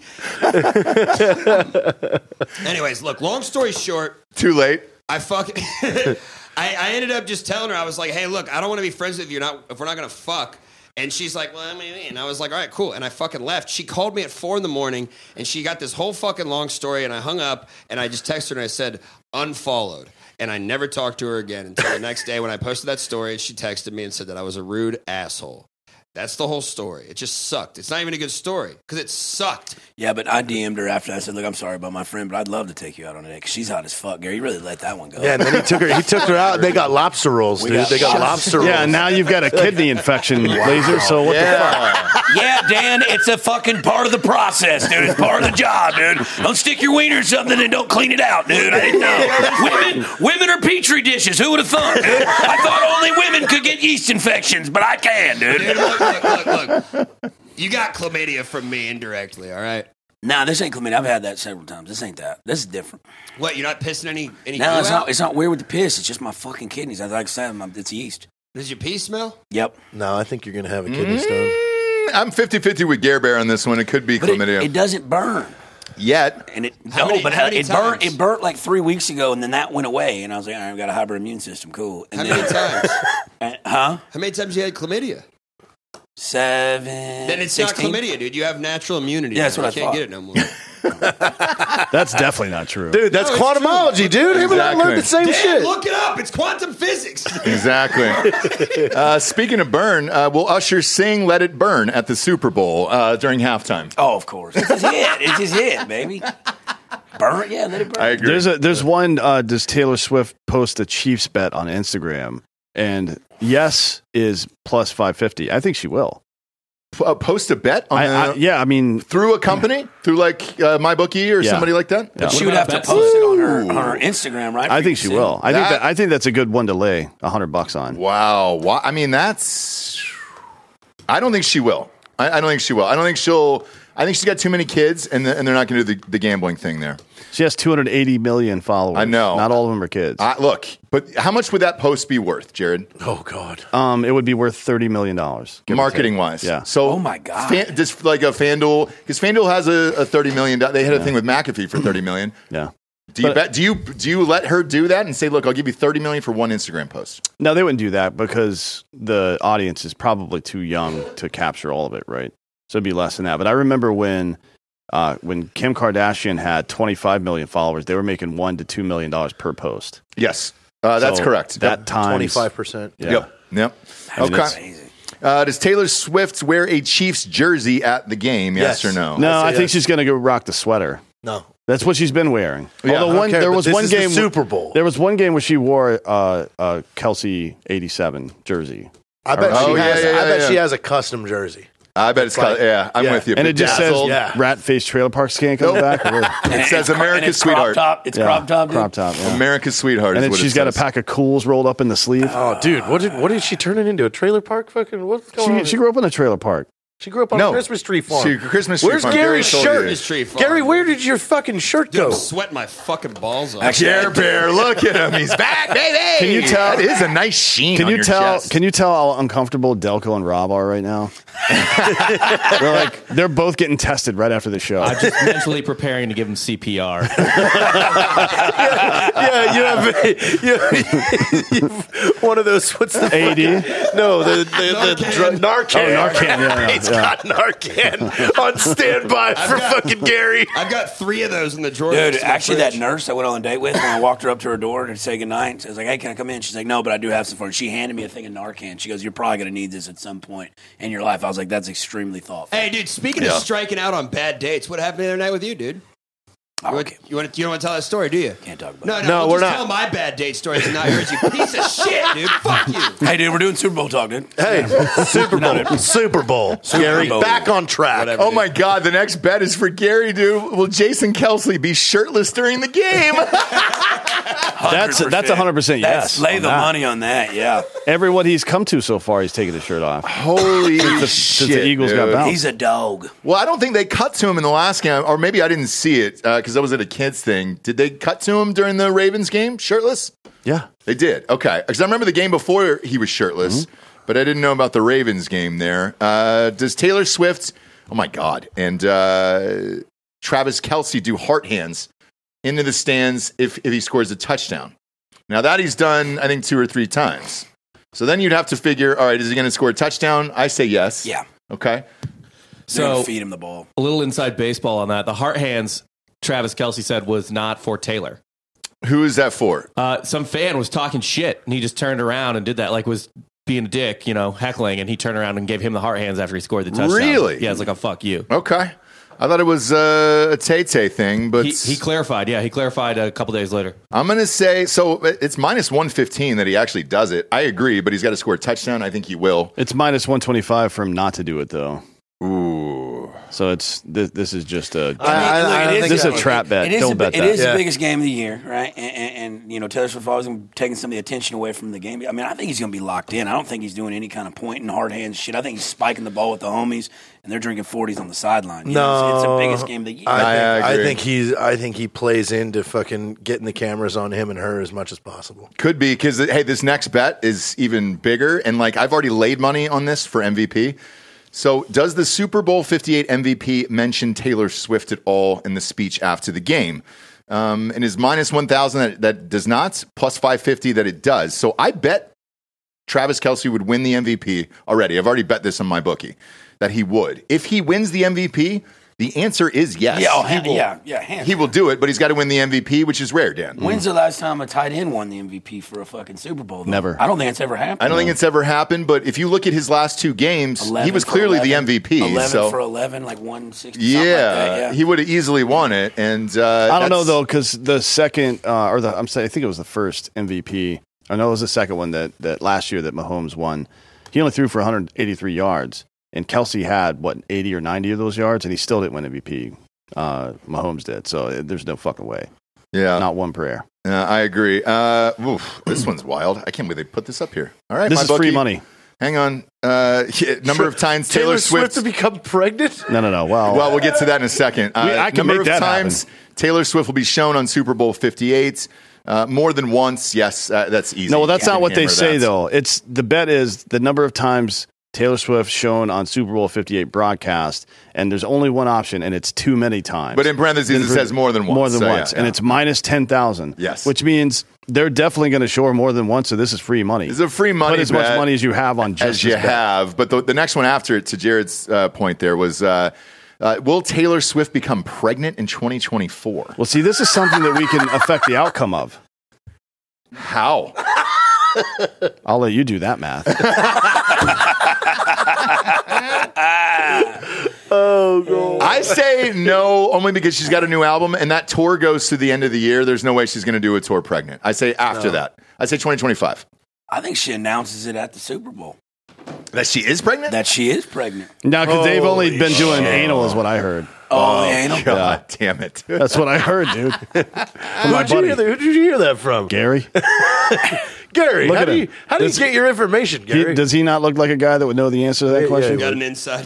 S4: Anyways, look, long story short,
S2: Too late.
S4: I fucking. I, I ended up just telling her, I was like, hey, look, I don't want to be friends with you you're not, if we're not going to fuck. And she's like, well, I mean, and I was like, all right, cool. And I fucking left. She called me at four in the morning and she got this whole fucking long story. And I hung up and I just texted her and I said, unfollowed. And I never talked to her again until the next day when I posted that story. She texted me and said that I was a rude asshole.
S7: That's the whole story. It just sucked. It's not even a good story because it sucked.
S5: Yeah, but I DM'd her after. I said, "Look, I'm sorry about my friend, but I'd love to take you out on a date. 'cause she's hot as fuck, Gary. You really let that one go."
S3: Yeah, and then he took her. He took her out. and They got lobster rolls, dude.
S5: got
S3: they got
S5: shots.
S3: lobster rolls.
S6: Yeah, and now you've got a kidney infection, laser. So what the fuck?
S5: Yeah, Dan, it's a fucking part of the process, dude. It's part of the job, dude. Don't stick your wiener in something and don't clean it out, dude. I didn't know. Women, women are petri dishes. Who would have thought? Dude? I thought only women could get yeast infections, but I can, dude.
S7: Dude, look, look, look, look. You got chlamydia from me indirectly, all right?
S5: Nah, this ain't clean. I've had that several times. This ain't that. This is different.
S7: What, you're not pissing any any
S5: No,
S7: goo
S5: it's
S7: out?
S5: not. It's not weird with the piss. It's just my fucking kidneys. As I said, my- it's yeast.
S7: Does your pee smell?
S5: Yep.
S3: No, I think you're gonna have a kidney stone.
S2: Mm, I'm 50 50 with Gare Bear on this one. It could be
S5: But it,
S2: chlamydia.
S5: it doesn't burn.
S2: Yet,
S5: And it
S7: How
S5: no,
S7: many-
S5: but
S7: how many
S5: it burnt.
S7: times?
S5: It burnt like three weeks ago, and then that went away. And I was like, all right, I've got a hybrid immune system. Cool. And
S7: How
S5: then,
S7: many times?
S5: Uh, huh?
S7: How many times you had chlamydia?
S5: Seven.
S7: Then it's
S5: 16?
S7: not chlamydia, dude. You have natural immunity.
S5: Yeah, that's
S7: now.
S5: what
S7: you
S5: I
S7: can't
S5: thought.
S7: get it no more.
S6: That's definitely not true.
S3: Dude, that's
S7: No, it's
S3: quantumology, dude. Him and I
S2: Exactly.
S3: learned the same
S7: Dan,
S3: shit.
S7: look it up. It's quantum physics.
S2: exactly. uh, speaking of burn, uh, will Usher sing Let It Burn at the Super Bowl uh, during halftime?
S5: Oh, of course. It's his head. It's his head, baby. Burn it. Yeah, let it burn.
S2: I agree.
S6: There's a there's one. Uh, does Taylor Swift post a Chiefs bet on Instagram? And yes is plus five fifty. I think she will.
S2: P- uh, post a bet on
S6: I,
S2: the-
S6: I, yeah, I mean,
S2: through a company, through like uh, my bookie or
S6: Yeah.
S2: somebody like that.
S6: Yeah.
S5: she
S4: What
S5: would have
S4: about
S5: to
S4: Betsy?
S5: post it on her,
S2: Ooh.
S5: on her Instagram, right?
S6: I
S5: for
S6: think
S5: you
S6: she
S5: to see.
S6: will. I
S2: That-
S6: think that, I think that's a good one to lay hundred bucks on.
S2: Wow. Why? I mean, that's. I don't think she will. I, I don't think she will. I don't think she'll. I think she's got too many kids, and the, and they're not going to do the, the gambling thing there.
S6: She has two hundred eighty million followers.
S2: I know.
S6: Not all of them are kids.
S2: Uh, look, but how much would that post be worth, Jared?
S3: Oh God.
S6: um, it would be worth thirty million dollars.
S2: Marketing wise,
S6: Yeah.
S2: So,
S5: Oh, my God.
S2: fan, just like a FanDuel, because FanDuel has a, a thirty million. do- They had a thing with McAfee for thirty million.
S6: Yeah.
S2: Do you
S6: But-
S2: bet? Do you do you let her do that and say, look, I'll give you thirty million for one Instagram post?
S6: No, they wouldn't do that because the audience is probably too young to capture all of it, right? So it'd be less than that. But I remember when uh, when Kim Kardashian had 25 million followers, they were making one to two million dollars per post.
S2: Yes, uh, that's
S6: So
S2: correct.
S6: That time,
S3: Twenty five percent.
S6: Yeah.
S2: Yep. Yep.
S5: I mean,
S2: okay.
S5: it's amazing.
S2: Uh, does Taylor Swift wear a Chiefs jersey at the game? Yes,
S3: Yes.
S2: or no?
S6: No,
S3: I'd say
S6: I think
S3: yes.
S6: she's going to go rock the sweater.
S3: No.
S6: That's what she's been wearing.
S2: Yeah,
S6: Although one,
S3: okay,
S6: there
S3: but
S6: was
S3: this
S6: one
S3: is the
S6: game
S3: Super Bowl.
S6: There was one game where she wore uh, a Kelsey 87 jersey.
S3: I bet
S2: Oh,
S3: she
S2: yeah,
S3: has.
S2: yeah,
S3: I
S2: yeah,
S3: bet
S2: yeah.
S3: she has a custom jersey.
S2: I bet it's
S3: It's like-
S2: called, yeah. I'm
S3: yeah.
S2: with you.
S6: And it just says
S2: Bedazzled.
S3: Yeah.
S6: Rat Face Trailer Park Skank on the
S2: Nope.
S6: back. Or-
S5: And
S2: it says
S5: it's cro- and
S2: America's
S5: it's crop
S2: sweetheart.
S5: Top. It's
S6: Yeah,
S5: crop top. Dude.
S6: Crop top. yeah.
S2: America's sweetheart.
S6: and
S2: is
S6: then
S2: what
S6: she's
S2: it
S6: got a
S2: says.
S6: pack of cools rolled up in the sleeve.
S3: Oh, dude, what did what did she turn it into? A trailer park? Fucking what's going
S6: she,
S3: on?
S6: she grew up in a trailer park.
S3: She grew up on
S2: No.
S3: a Christmas tree farm.
S2: She- Christmas tree
S3: Where's
S2: farm. Gary
S3: Gary's
S2: told you
S3: shirt?
S2: this.
S7: It's tree farm.
S3: Gary, where did your fucking shirt
S7: Dude, I'm
S3: go?
S7: sweating my fucking balls off.
S5: Actually,
S2: Care Bear, look at him. He's back, baby.
S6: Can you tell-
S2: That is a nice sheen.
S6: Can
S2: on
S6: you
S2: your
S6: tell?
S2: chest.
S6: Can you tell how uncomfortable Delco and Rob are right now? they're like they're both getting tested right after the show.
S4: I'm just mentally preparing to give him CPR.
S3: yeah, you have, you have you've- one of those. What's the
S6: AD.
S3: no the the, the drug Narcan?
S6: Oh, Narcan, yeah, yeah,
S3: He's
S6: yeah.
S3: got Narcan on standby for
S7: got-
S3: fucking Gary.
S7: I've got three of those in the drawer.
S5: Dude,
S7: next to my
S5: actually,
S7: fridge.
S5: that nurse I went on a date with, when I walked her up to her door to say goodnight, I was like, hey, can I come in? She's like, no, but I do have some for you." She handed me a thing of Narcan. She goes, you're probably going to need this at some point in your life. I was like, that's extremely thoughtful.
S7: Hey, dude, speaking
S2: Yeah.
S7: of striking out on bad dates, what happened the other night with you, dude?
S5: I
S7: You
S5: don't
S7: want,
S5: care.
S7: you, want to, you don't want to tell that story, do you?
S5: Can't talk about
S7: No,
S5: it.
S7: no,
S3: No,
S7: we'll
S3: we're
S7: just
S3: not.
S7: Tell my bad date stories and not yours, you piece of shit, dude. Fuck you.
S5: Hey, dude, we're doing Super Bowl talk, dude.
S3: Hey, Super Bowl, Super Bowl, Gary,
S5: Bowl.
S3: back on track.
S5: Whatever.
S2: Oh my God! The next bet is for Gary, dude. Will Jason Kelsey be shirtless during the game?
S6: That's that's 100 percent yes.
S5: That's, lay
S6: on
S5: the
S6: that.
S5: money on that, yeah.
S6: Everyone he's come to so far, he's taking his shirt off.
S2: Holy shit!
S6: since the Eagles got
S2: dude.
S6: bounced.
S5: He's a dog.
S2: Well, I don't think they cut to him in the last game, or maybe I didn't see it because I was at a kids thing. Did they cut to him during the Ravens game, shirtless?
S6: Yeah.
S2: They did. Okay, because I remember the game before he was shirtless, but I didn't know about the Ravens game there. Uh, does Taylor Swift? Oh my God! And uh, Travis Kelsey do heart hands into the stands if if he scores a touchdown. Now that he's done, I think two or three times. So then you'd have to figure, all right, is he going to score a touchdown? I say yes.
S5: Yeah.
S2: Okay.
S5: So
S4: So
S5: feed him the ball.
S4: a little inside baseball on that. The heart hands Travis Kelsey said was not for Taylor.
S2: Who is that for?
S4: Uh, some fan was talking shit, and he just turned around and did that. Like was being a dick, you know, heckling, and he turned around and gave him the heart hands after he scored the touchdown.
S2: Really?
S4: Yeah, it's like a fuck you.
S2: Okay. I thought it was uh, a Tay Tay thing, but
S4: He, he clarified. Yeah, he clarified a couple days later.
S2: I'm going to say so it's minus 115 that he actually does it. I agree, but he's got to score a touchdown. I think he will.
S6: It's minus 125 for him not to do it, though.
S2: Ooh.
S6: So it's this, this is just a.
S3: I- I don't
S5: it
S3: think
S6: this is a
S3: that-
S6: trap bet.
S5: It is
S6: Don't
S5: the,
S6: bet
S5: bi-
S6: that.
S5: It is
S3: Yeah.
S5: the biggest game of the year, right? And, and, and you know, Taylor Swift always gonna be taking some of the attention away from the game. I mean, I think he's going to be locked in. I don't think he's doing any kind of point and hard hands shit. I think he's spiking the ball with the homies, and they're drinking forties on the sideline. You know, it's, it's the
S3: No,
S5: biggest game of the year.
S3: I, think,
S2: I
S3: I,
S2: agree.
S3: think he's. I think he plays into fucking getting the cameras on him and her as much as possible.
S2: Could be because hey, this next bet is even bigger, and like I've already laid money on this for MVP. So, does the Super Bowl 58 MVP mention Taylor Swift at all in the speech after the game? Um, and is minus 1,000 that, that does not, plus 550 that it does. So, I bet Travis Kelsey would win the MVP already. I've already bet this on my bookie that he would. If he wins the MVP, the answer is yes.
S5: yeah, oh,
S2: he,
S5: ha-
S2: will,
S5: yeah, yeah, hands
S2: he will do it, but he's got to win the MVP, which is rare, Dan.
S5: When's the last time a tight end won the MVP for a fucking Super Bowl? though?
S6: Never.
S5: I don't think it's ever happened.
S2: I don't think it's ever happened, but if you look at his last two games,
S5: 11
S2: he was
S5: for
S2: clearly
S5: 11,
S2: the MVP.
S5: 11
S2: so
S5: for 11, like 160.
S2: yeah,
S5: Yeah, like that, yeah.
S2: he would have easily won it. And uh,
S6: I don't know
S2: that's-
S6: though, because the second uh, or the I'm saying I think it was the first MVP. I know Oh, it was the second one that that last year that Mahomes won. He only threw for 183 yards, and Kelsey had what 80 or 90 of those yards, and he still didn't win MVP. Uh, Mahomes did, so uh, there's no fucking way.
S2: Yeah,
S6: Not one prayer.
S2: uh, I agree. Uh, oof, this one's wild. I can't believe they put this up here. All right,
S6: This
S2: my
S6: is free
S2: bookie.
S6: money.
S2: Hang on. Uh, yeah, number of times Taylor, Swift.
S3: to become pregnant.
S6: No, no, no. Well,
S2: well, we'll get to that in a second. Uh,
S6: We- I can
S2: number
S6: make
S2: of
S6: that
S2: times Taylor Swift will be shown on Super Bowl 58 uh, more than once. Yes, uh, that's easy.
S6: no, well, that's
S2: You
S6: not
S2: can
S6: what they
S2: hammer
S6: say
S2: that.
S6: though. It's the bet is the number of times Taylor Swift shown on Super Bowl 58 broadcast, and there's only one option, and it's too many times.
S2: But in parentheses, it says more than once.
S6: More than
S2: So, yeah,
S6: once. And
S2: yeah.
S6: it's minus 10,000.
S2: Yes.
S6: Which means they're definitely going to shore more than once. So this is free money.
S2: This is a free money
S6: Put as
S2: bet
S6: much money as you have on just
S2: as you
S6: this bet.
S2: have. But the, the next one after it, to Jared's uh, point, there was uh, uh, Will Taylor Swift become pregnant in 2024?
S6: Well, see, this is something that we can affect the outcome of.
S2: How?
S6: I'll let you do that math.
S2: I say no, only because she's got a new album and that tour goes to the end of the year. There's no way she's going to do a tour pregnant. I say after that. I say 2025.
S5: I think she announces it at the Super Bowl
S2: That she is pregnant?
S5: that she is pregnant.
S2: Oh,
S6: now, because they've only been doing anal, is what I heard.
S5: Oh, the anal.
S2: God damn it.
S6: That's what I heard, dude. From my
S3: Who'd you,
S6: buddy,
S3: hear that, who'd you hear that from?
S6: Gary.
S3: Gary,
S6: Look
S3: how
S6: at
S3: do
S6: him.
S3: you, how do you
S6: This-
S3: get your information,
S6: He-
S3: Gary?
S6: does he not look like a guy that would know the answer to that
S3: Yeah,
S6: question?
S7: Got an inside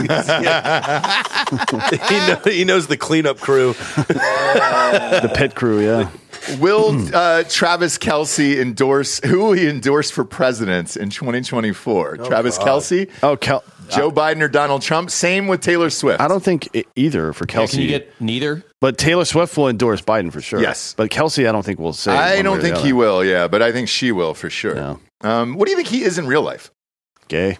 S7: man.
S3: he, know, he knows the cleanup crew.
S6: The pit crew, yeah.
S2: Will uh, Travis Kelsey endorse who will he endorse for presidents in 2024? Travis Kelsey,
S6: Oh, Kel-
S2: Joe Biden, or Donald Trump? Same with Taylor Swift.
S6: I don't think e- either for
S4: Yeah,
S6: Kelsey.
S4: can you get neither?
S6: but Taylor Swift will endorse Biden for sure.
S2: Yes.
S6: But Kelsey, I don't think will say.
S2: I
S6: one way
S2: don't
S6: or
S2: think
S6: the
S2: he
S6: other.
S2: will, yeah, but I think she will for sure.
S6: No.
S2: Um, what do you think he is in real life?
S6: Gay.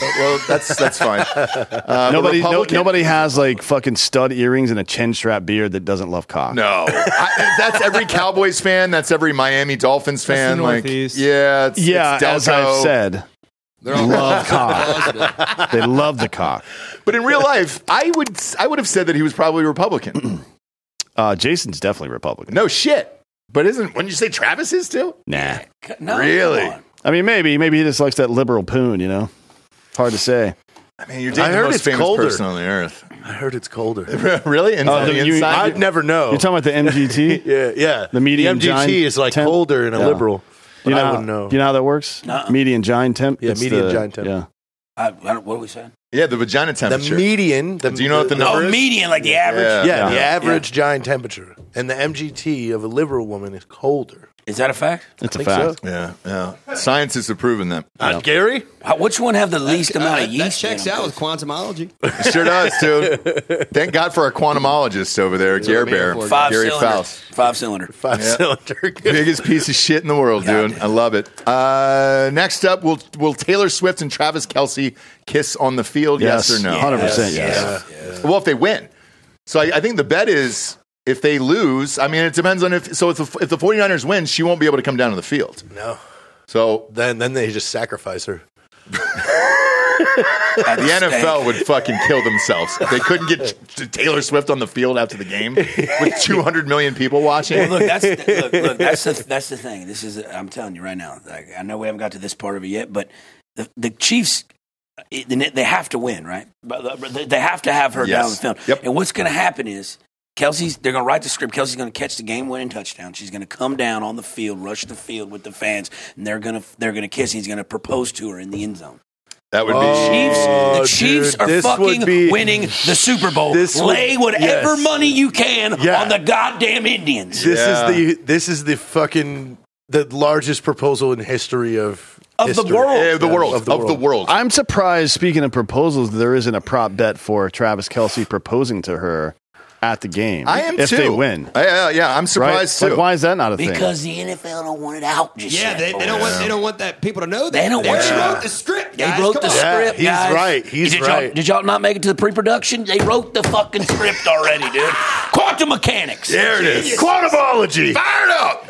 S2: Well, that's that's fine. Uh,
S6: Nobody, no,
S2: Republican?
S6: nobody has like fucking stud earrings and a chin strap beard that doesn't love cock.
S2: No, I, that's every Cowboys fan. That's every Miami Dolphins
S4: the
S2: fan. Like,
S4: Northeast.
S2: yeah, it's,
S6: Yeah,
S2: it's
S6: as
S2: Delco.
S6: I've said,
S7: They're all
S6: love cock.
S7: positive.
S6: They love the cock.
S2: But in real life, I would I would have said that he was probably Republican.
S6: Uh, Jason's definitely Republican.
S2: no shit. But isn't wouldn't you say Travis is too?
S6: Nah.
S5: No, come
S2: Really?
S5: on.
S6: I mean, maybe, maybe he just likes that liberal poon. You know, hard to say.
S2: I mean, you're dating
S3: I
S2: the
S3: heard
S2: most
S3: it's
S2: famous
S3: colder.
S2: person on the earth.
S3: I heard it's colder.
S2: really? Inside,
S6: Oh, the-
S2: the
S6: you-
S2: inside?
S3: I'd never
S2: Oh.
S3: know.
S6: You're talking about the MGT.
S3: yeah, yeah.
S6: The median
S3: the MGT
S6: giant
S3: is like
S6: temp?
S3: colder and a
S6: Yeah.
S3: liberal. But
S6: You know,
S3: I
S6: how-
S3: wouldn't know.
S6: You know how that works?
S5: Nuh-uh.
S6: Median giant temp.
S3: Yeah,
S6: It's
S3: median
S6: the-
S3: giant temp.
S6: Yeah.
S5: I, I don't, what are we saying?
S2: yeah, the vagina
S3: the
S2: temperature.
S3: median. The,
S2: Do you know what the number
S5: Oh,
S2: is?
S5: median, like the average.
S2: Yeah.
S3: Yeah, the
S6: Yeah.
S3: average giant temperature. And the MGT of a liberal woman is colder.
S5: Is that a fact?
S6: It's a
S3: Think so?
S6: fact.
S2: Yeah, yeah. Science has proven that.
S3: Uh, Gary?
S5: How, which one have the least amount of
S7: That- that
S5: yeast? in
S7: checks
S5: them?
S7: out with quantumology.
S2: It sure does, duare Thank God for our quantumologist over there, Gare Bear.
S5: Five
S2: Gary
S5: cylinder.
S2: Faust.
S5: Five cylinder.
S3: Five cylinder.
S2: Biggest piece of shit in the world, dude. I love it. Uh, next up, will will Taylor Swift and Travis Kelsey kiss on the field? Yes, or no?
S6: Hundred percent. Yes.
S2: Well, if they win. So I, I think the bet is if they lose, I mean, it depends on if, so if the, if the 49ers win, she won't be able to come down to the field.
S3: no.
S2: So
S3: Then then they just sacrifice her.
S2: the NFL would fucking kill themselves if they couldn't get t- Taylor Swift on the field after the game with 200 million people watching.
S5: Well, look, that's the, look, look, that's the that's the thing. This is I'm telling you right now. Like, I know we haven't got to this part of it yet, but the the Chiefs. it- They they have to win, right? But uh, but they- they have to have her
S2: Yes.
S5: down the field.
S2: Yep.
S5: And what's going to happen is Kelsey's. They're going to write the script. Kelsey's going to catch the game-winning touchdown. She's going to come down on the field, rush the field with the fans, and they're going to they're going to kiss. And he's going to propose to her in the end zone.
S2: That would be
S5: Chiefs, the Chiefs
S3: Oh, dude,
S5: are
S3: this would
S5: fucking
S3: be-
S5: winning the Super Bowl.
S3: This would-
S5: Lay whatever
S3: yes.
S5: money you can
S3: Yeah.
S5: on the goddamn Indians.
S3: This
S2: Yeah.
S3: is the this is the fucking the largest proposal in history of
S5: Of the
S3: history.
S5: world.
S2: Eh, the
S3: Yeah,
S2: world of the world.
S6: I'm surprised. Speaking of proposals, there isn't a prop bet for Travis Kelsey proposing to her at the game.
S2: I am
S6: if
S2: too.
S6: they win.
S2: I- uh, yeah, I'm
S6: Right?
S2: surprised
S6: Like,
S2: too.
S6: why is that not a thing?
S5: Because the NFL don't want it out just
S7: Yeah,
S5: yet,
S7: they, they don't
S5: boys.
S7: want they don't want that people to know that
S5: They don't want
S7: they
S5: you-
S7: wrote the script.
S5: They
S7: guys.
S5: wrote
S7: Come
S5: the
S7: on.
S5: script.
S3: he's
S5: guys.
S3: right. He's
S5: did Y'all,
S3: right.
S5: did y'all not make it to the pre-production? They wrote the fucking script already, dude. Quantum mechanics.
S2: there it is.
S3: Quantumology.
S2: Fired up.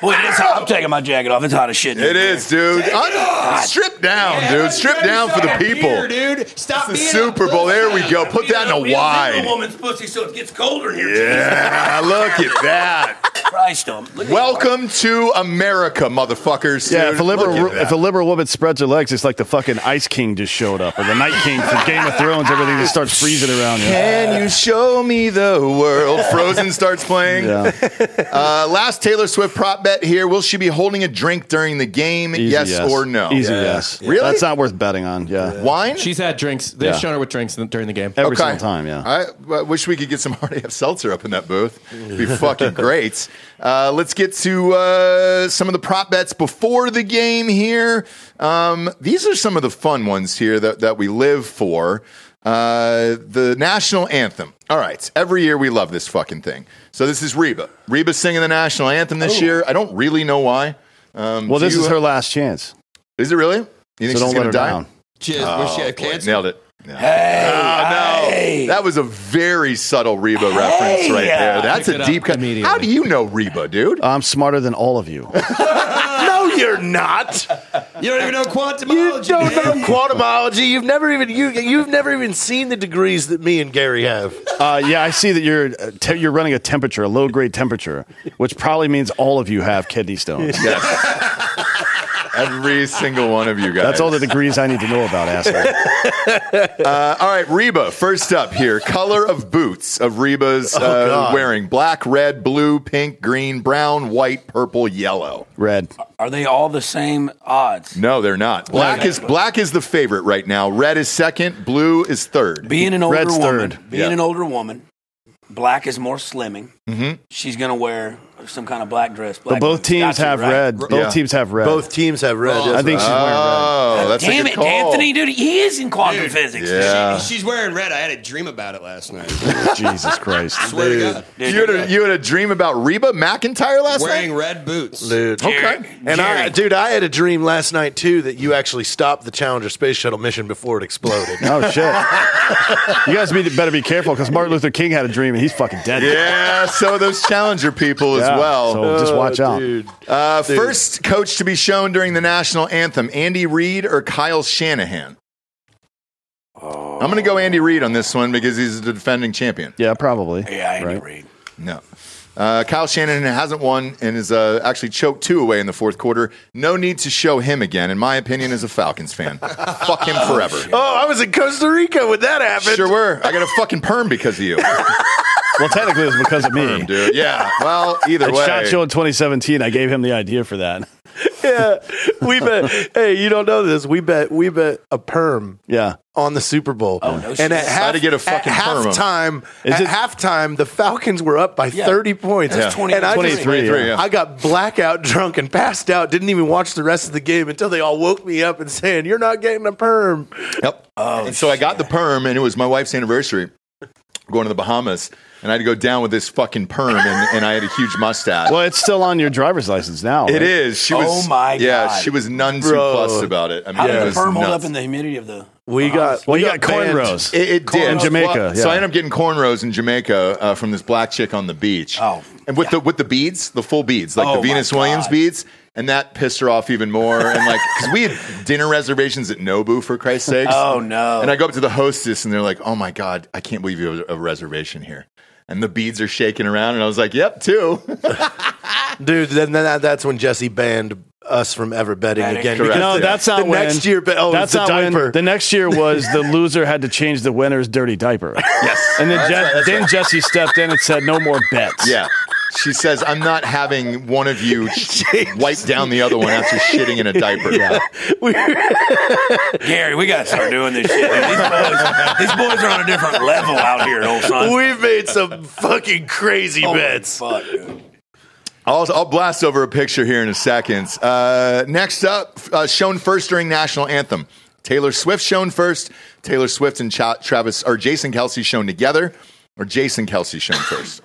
S5: Boy, it is hot. I'm taking my jacket off. It's hot as shit. in
S2: It
S5: here.
S2: is, dude. Un- strip down,
S7: Yeah,
S2: dude. Strip
S7: everybody
S2: down for the
S7: shut up
S2: people.
S7: here, dude. Stop
S2: It's the
S7: being
S2: Super
S7: a
S2: Bowl. There we
S7: pussy.
S2: go. Put that in a
S5: We don't need a
S2: wide.
S5: woman's pussy, so it gets colder in here.
S2: Yeah, look at that.
S5: Jesus Christ, um, look at-
S2: Welcome to America, motherfuckers.
S6: Yeah,
S2: dude.
S6: if a liberal
S2: Look at
S6: if
S2: that.
S6: a liberal woman spreads her legs, it's like the fucking Ice King just showed up, or the Night King from Game of Thrones. Everything just starts freezing around you.
S2: Can you show me the world? Frozen starts playing.
S6: Yeah.
S2: Uh, last Taylor Swift prop bet here. Will she be holding a drink during the game?
S6: Easy
S2: yes, or no?
S6: Easy yes.
S2: Really?
S6: That's not worth betting on. Yeah.
S2: Wine?
S4: She's had drinks. They've
S6: Yeah.
S4: shown her with drinks in- during the game.
S6: Every single time. Yeah.
S2: I I wish we could get some hard AF seltzer up in that booth. It'd be fucking great. Uh, let's get to uh, some of the prop bets before the game here. Um, these are some of the fun ones here that, that we live for. Uh, the national anthem. All right. Every year we love this fucking thing. So this is Reba. Reba singing the national anthem this year. I don't really know why. Um,
S6: Oh. well,
S2: do
S6: this
S2: you-
S6: is her last chance.
S2: Is it really? You think
S6: So
S2: she's
S6: don't
S2: going
S6: let
S2: to
S6: her
S2: die?
S6: down.
S7: Jeez, wish she had
S2: Boy,
S7: cancer.
S2: nailed it. Yeah.
S5: Hey,
S2: Oh,
S5: hey.
S2: no. That was a very subtle Reba reference right there. That's
S4: Picked
S2: a
S4: it up
S2: deep cut.
S4: immediately.
S2: How do you know Reba, dude?
S6: I'm smarter than all of you.
S3: No, you're not.
S7: You don't even know quantum.
S3: You don't know quantumology. You've never even you you've never even seen the degrees that me and Gary have.
S6: Uh, yeah, I see that you're uh, te- you're running a temperature, a low grade temperature, which probably means all of you have kidney stones.
S2: Every single one of you guys.
S6: That's all the degrees I need to know about, asshole.
S2: Uh, all right, Reba, first up here. Color of boots of Reba's uh, wearing black, red, blue, pink, green, brown, white, purple, yellow.
S6: Red.
S5: Are they all the same odds?
S2: No, they're not. Black is black is the favorite right now. Red is second. Blue is third.
S5: Being an older
S6: Red's
S5: woman,
S6: third.
S5: being
S2: Yeah.
S5: an older woman, black is more slimming. She's gonna wear some kind of black dress. Black
S6: But both
S5: boots. Got
S6: teams
S5: to,
S6: have
S5: right?
S6: red. Both
S2: Yeah.
S6: teams have red.
S3: Both teams have red.
S6: I
S3: that's
S6: think she's
S3: right.
S6: wearing red.
S2: Oh, that's
S5: Damn
S2: a good
S5: it,
S2: call.
S5: Anthony, dude, he is in quantum
S7: Dude.
S5: physics.
S2: Yeah.
S7: She, she's wearing red. I had a dream about it last night.
S6: Jesus Christ.
S7: Swear to God.
S5: Dude,
S2: You had, a, you had a dream about Reba McIntyre last
S7: Wearing
S2: night?
S7: red boots.
S3: dude.
S2: Okay.
S3: And I, dude, I had a dream last night too that you actually stopped the Challenger space shuttle mission before it exploded.
S6: Oh shit! you guys be, better be careful because Martin Luther King had a dream and he's fucking dead.
S2: Yeah, so those challenger people
S6: Yeah,
S2: as well.
S6: So just watch out.
S3: dude.
S2: Uh, first coach to be shown during the national anthem: Andy Reid or Kyle Shanahan? I'm going to go Andy Reid on this one because he's the defending champion.
S6: Oh. Yeah, probably.
S5: Yeah, I
S6: Right?
S5: agree.
S2: No, uh, Kyle Shanahan hasn't won and is uh, actually choked two away in the fourth quarter. No need to show him again, in my opinion, as a Falcons fan. Fuck him forever.
S3: Oh, I was in Costa Rica when that happened.
S2: Sure were. I got a fucking perm because of you,
S6: Well, technically it's because of me.
S2: dude. Yeah. Well, either
S6: At
S2: way.
S6: Shot Show in 2017, I gave him the idea for that.
S3: Yeah, we bet. hey, you don't know this. We bet. We bet a perm
S6: Yeah.
S3: on the Super Bowl. Oh
S5: no shit.
S3: And at
S2: Try
S3: half,
S2: to get a fucking
S3: at
S2: perm on.
S3: halftime,
S6: Is
S3: at
S6: it-
S3: halftime, the Falcons were up by
S5: Yeah.
S3: thirty points.
S2: That's Yeah. 20
S3: and I just-
S6: 23,
S2: yeah. yeah.
S3: I got blackout drunk and passed out. Didn't even watch the rest of the game until they all woke me up and saying, "You're not getting a perm."
S2: Yep.
S5: Oh,
S2: and so I got the perm, and it was my wife's anniversary. Going to the Bahamas, and I had to go down with this fucking perm, and, and I had a huge mustache.
S6: Well, it's still on your driver's license now.
S2: It
S6: right?
S2: is. She
S5: Oh
S2: was.
S5: my
S2: Yeah,
S5: God.
S2: she was none too
S3: Bro.
S2: fussed about it. I mean,
S5: How
S2: it
S5: did the
S2: was
S5: firm hold
S2: nuts.
S5: up in the humidity of the? Uh,
S3: We got.
S6: Well,
S3: we
S6: you got
S3: banned.
S6: cornrows.
S2: It, it did
S6: In Jamaica,
S2: Well, So
S6: yeah.
S2: I ended up getting cornrows in Jamaica uh, from this black chick on the beach.
S5: Oh,
S2: and with the with the beads, the full beads, like
S5: Oh,
S2: the
S5: my
S2: Venus Williams
S5: God.
S2: beads. And that pissed her off even more. And like, because we had dinner reservations at Nobu, for Christ's sakes.
S5: Oh no!
S2: And I go up to the hostess, and they're like, "Oh my god, I can't believe you have a reservation here." And the beads are shaking around, and I was like, "Yep, two.
S3: Dude, then, then that- that's when Jesse banned us from ever betting
S5: Betting.
S3: again.
S2: Correct.
S3: because
S6: No,
S3: the-
S6: that's not
S3: the
S6: when.
S3: next year. But, oh,
S6: that's
S3: it's the
S6: not when.
S3: diaper.
S6: The next year was the loser had to change the winner's dirty diaper.
S2: yes."
S6: And then,
S2: That's
S6: Je-
S2: right, that's
S6: then
S2: right.
S6: Jesse stepped in and said, "No more bets."
S2: yeah, she says, "I'm not having one of you wipe down the other one after shitting in a diaper." Yeah.
S5: Gary, we gotta start doing this shit. dude. These boys, these boys are on a different level out here, old son.
S3: We've made some fucking crazy
S5: Holy
S3: bets.
S5: fuck, Oh, dude.
S2: I'll, I'll blast over a picture here in a second. Uh, next up, uh, shown first during national anthem. Taylor Swift shown first. Taylor Swift and Cha- Travis or Jason Kelsey shown together, or Jason Kelsey shown first.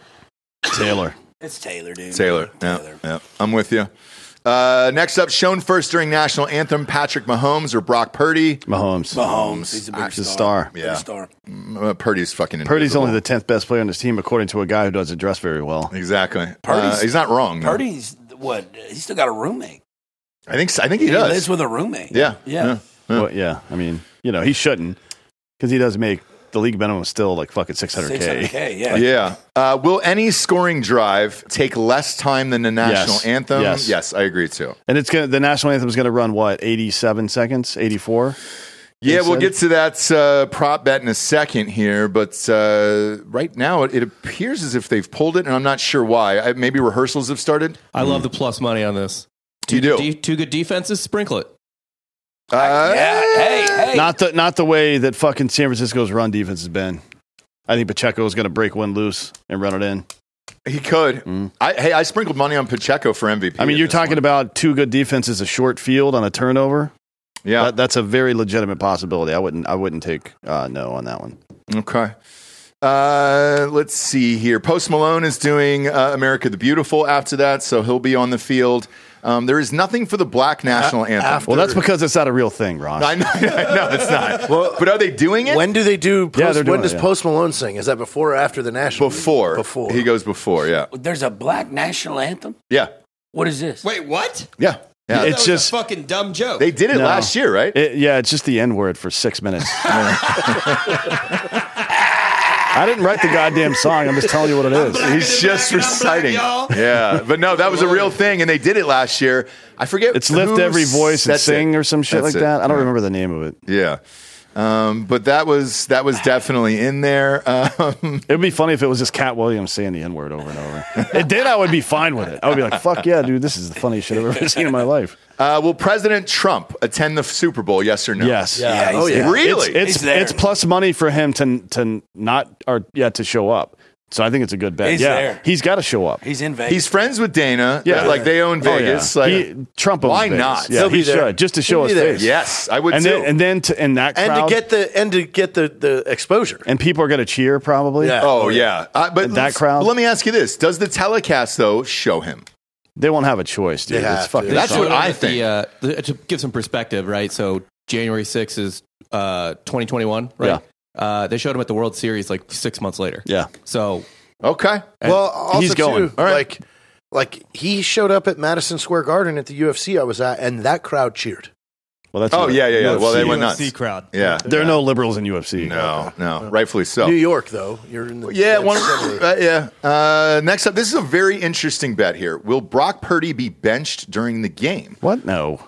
S6: Taylor.
S5: It's Taylor, dude.
S2: Taylor. Yeah,
S5: Taylor.
S2: yeah. I'm with you. Uh, next up, shown first during national anthem, Patrick Mahomes or Brock Purdy.
S6: Mahomes.
S5: Mahomes. He's a big
S6: He's a star.
S5: Big
S2: Yeah.
S5: star.
S2: Uh, Purdy's fucking.
S6: Purdy's
S2: invisible.
S6: only the tenth best player on this team, according to a guy who doesn't dress very well.
S2: exactly. Uh,
S5: Purdy's-
S2: he's not wrong. though.
S5: Purdy's what? He's still got a roommate.
S2: I think. I think he,
S5: He
S2: does.
S5: lives with a roommate.
S2: yeah.
S5: Yeah.
S6: Well, yeah, I mean, you know, he shouldn't because he does make the league minimum still like fucking six hundred
S5: 600K.
S6: k.
S5: yeah.
S2: Yeah. Uh, will any scoring drive take less time than the national
S6: Yes.
S2: anthem?
S6: Yes.
S2: I agree too.
S6: And it's gonna the national anthem is gonna run what eighty seven seconds, eighty four.
S2: Yeah,
S6: Think
S2: we'll
S6: so?
S2: get to that uh, prop bet in a second here, but uh, right now it, it appears as if they've pulled it, and I'm not sure why. I, maybe rehearsals have started.
S4: I love the plus money on this.
S2: Hmm. You do.
S4: D- two good defenses, sprinkle it.
S2: Uh,
S5: Yeah. Hey, hey.
S6: Not the not the way that fucking San Francisco's run defense has been. I think Pacheco is gonna break one loose and run it in.
S2: He could. I, hey, I sprinkled money on Pacheco for MVP.
S6: I mean,
S2: in
S6: you're
S2: this
S6: talking
S2: one.
S6: about two good defenses, a short field on a turnover.
S2: yeah.
S6: That, that's a very legitimate possibility. I wouldn't I wouldn't take uh, no on that one.
S2: Okay. Uh, let's see here. Post Malone is doing uh, America the Beautiful after that, so he'll be on the field. Um, there is nothing for the black national anthem.
S6: Well, that's because it's not a real thing, Ross.
S2: I know, I know it's not. but are they doing it
S3: When do they do? Post,
S6: Yeah, they're doing
S3: when
S6: it,
S3: does
S6: yeah.
S3: Post Malone sing? Is that before or after the national?
S2: before?
S3: Before.
S2: he goes before, yeah,
S5: There's a black national anthem.
S2: yeah,
S5: What is this?
S7: Wait, what?
S2: yeah, yeah.
S6: It's
S7: that was
S6: just-
S7: a fucking dumb joke.
S2: they did it
S6: No.
S2: last year, right?
S6: It- yeah, it's just the N word for six minutes. I didn't write the goddamn song. I'm just telling you what it is.
S2: He's just
S7: Black and I'm black,
S2: reciting.
S7: y'all.
S2: yeah, but no, that was a real thing, and they did it last year. I forget.
S6: It's lift
S2: who
S6: every voice
S2: said
S6: and sing
S2: it.
S6: or some shit
S2: That's
S6: like
S2: it.
S6: that. I don't
S2: Yeah.
S6: remember the name of it.
S2: Yeah. Um, but that was that was definitely in there. Um,
S6: It would be funny if it was just Cat Williams saying the N word over and over. and then I would be fine with it. I would be like, fuck yeah, dude, this is the funniest shit I've ever seen in my life.
S2: uh, will President Trump attend the Super Bowl? Yes or no?
S6: Yes.
S5: Yeah,
S3: oh
S5: he's-
S3: yeah.
S2: Really?
S6: It's
S5: He's there.
S6: it's plus money for him to to not or yeah to show up. So I think it's a good bet.
S5: He's
S6: yeah,
S5: there.
S6: he's got to show up.
S5: He's in Vegas.
S2: He's friends with Dana.
S6: Yeah.
S2: like they own
S6: Oh,
S2: Vegas.
S6: yeah.
S2: Like,
S6: He- Trump owns
S2: why
S6: Vegas.
S2: not?
S6: Yeah,
S3: He'll
S6: he
S3: be there.
S6: should, just to show
S3: He'll be
S6: his
S3: there.
S6: face.
S2: yes, I would
S6: and
S2: too.
S6: then and then to, in that
S3: And
S6: crowd,
S3: to get the and to get the, the exposure.
S6: and people are going to cheer probably.
S3: Yeah.
S2: oh yeah, Uh, but
S6: And that
S2: let's-
S6: crowd?
S2: Let me ask you this: Does the telecast though show him?
S6: They won't have a choice, dude.
S3: They have
S6: it's
S3: to.
S6: fucking
S2: That's
S4: So
S2: what
S4: know
S2: I
S4: that the,
S2: think.
S4: uh, the- to give some perspective, right? So January 6th is uh, 2021, right? Uh, they showed him at the World Series like six months later.
S6: yeah.
S4: So
S2: Okay,
S3: well, also
S6: he's going.
S3: too,
S2: All right.
S3: like like he showed up at Madison Square Garden at the UFC I was at, and that crowd cheered.
S6: Well, that's
S2: Oh,
S6: what-
S2: yeah, yeah, yeah. Well, they went nuts.
S9: UFC crowd.
S2: yeah,
S6: There are no liberals in UFC.
S2: no, no, rightfully so.
S3: New York, though, you're in the
S2: Yeah,
S3: that's
S2: one,
S3: similar.
S2: uh, yeah. Uh, next up, this is a very interesting bet here. Will Brock Purdy be benched during the game?
S6: What? No.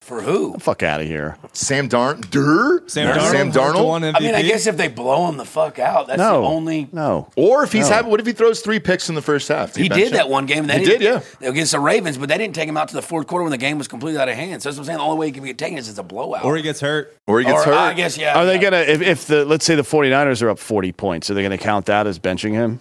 S5: For who?
S6: Fuck out of here.
S2: Sam Darn, Durr?
S9: Sam Darnold.
S2: Sam
S9: the one
S2: Darnold,
S9: MVP.
S5: I mean, I guess if they blow him the fuck out, that's
S6: no.
S5: the only.
S6: No.
S2: or if he's
S6: No.
S2: had, what if he throws three picks in the first half? Do you
S5: He
S2: bench
S5: did
S2: him?
S5: that one game. They
S2: He
S5: didn't-
S2: did, yeah.
S5: Against the Ravens, but they didn't take him out to the fourth quarter when the game was completely out of hand. So that's what I'm saying. The only way he can get taken is it's a blowout.
S9: or he gets hurt.
S2: or he gets
S5: Or, uh,
S2: hurt.
S5: I guess, yeah.
S6: Are they
S5: yeah.
S6: going to, if, if the, let's say the 49ers are up 40 points, are they going to count that as benching him?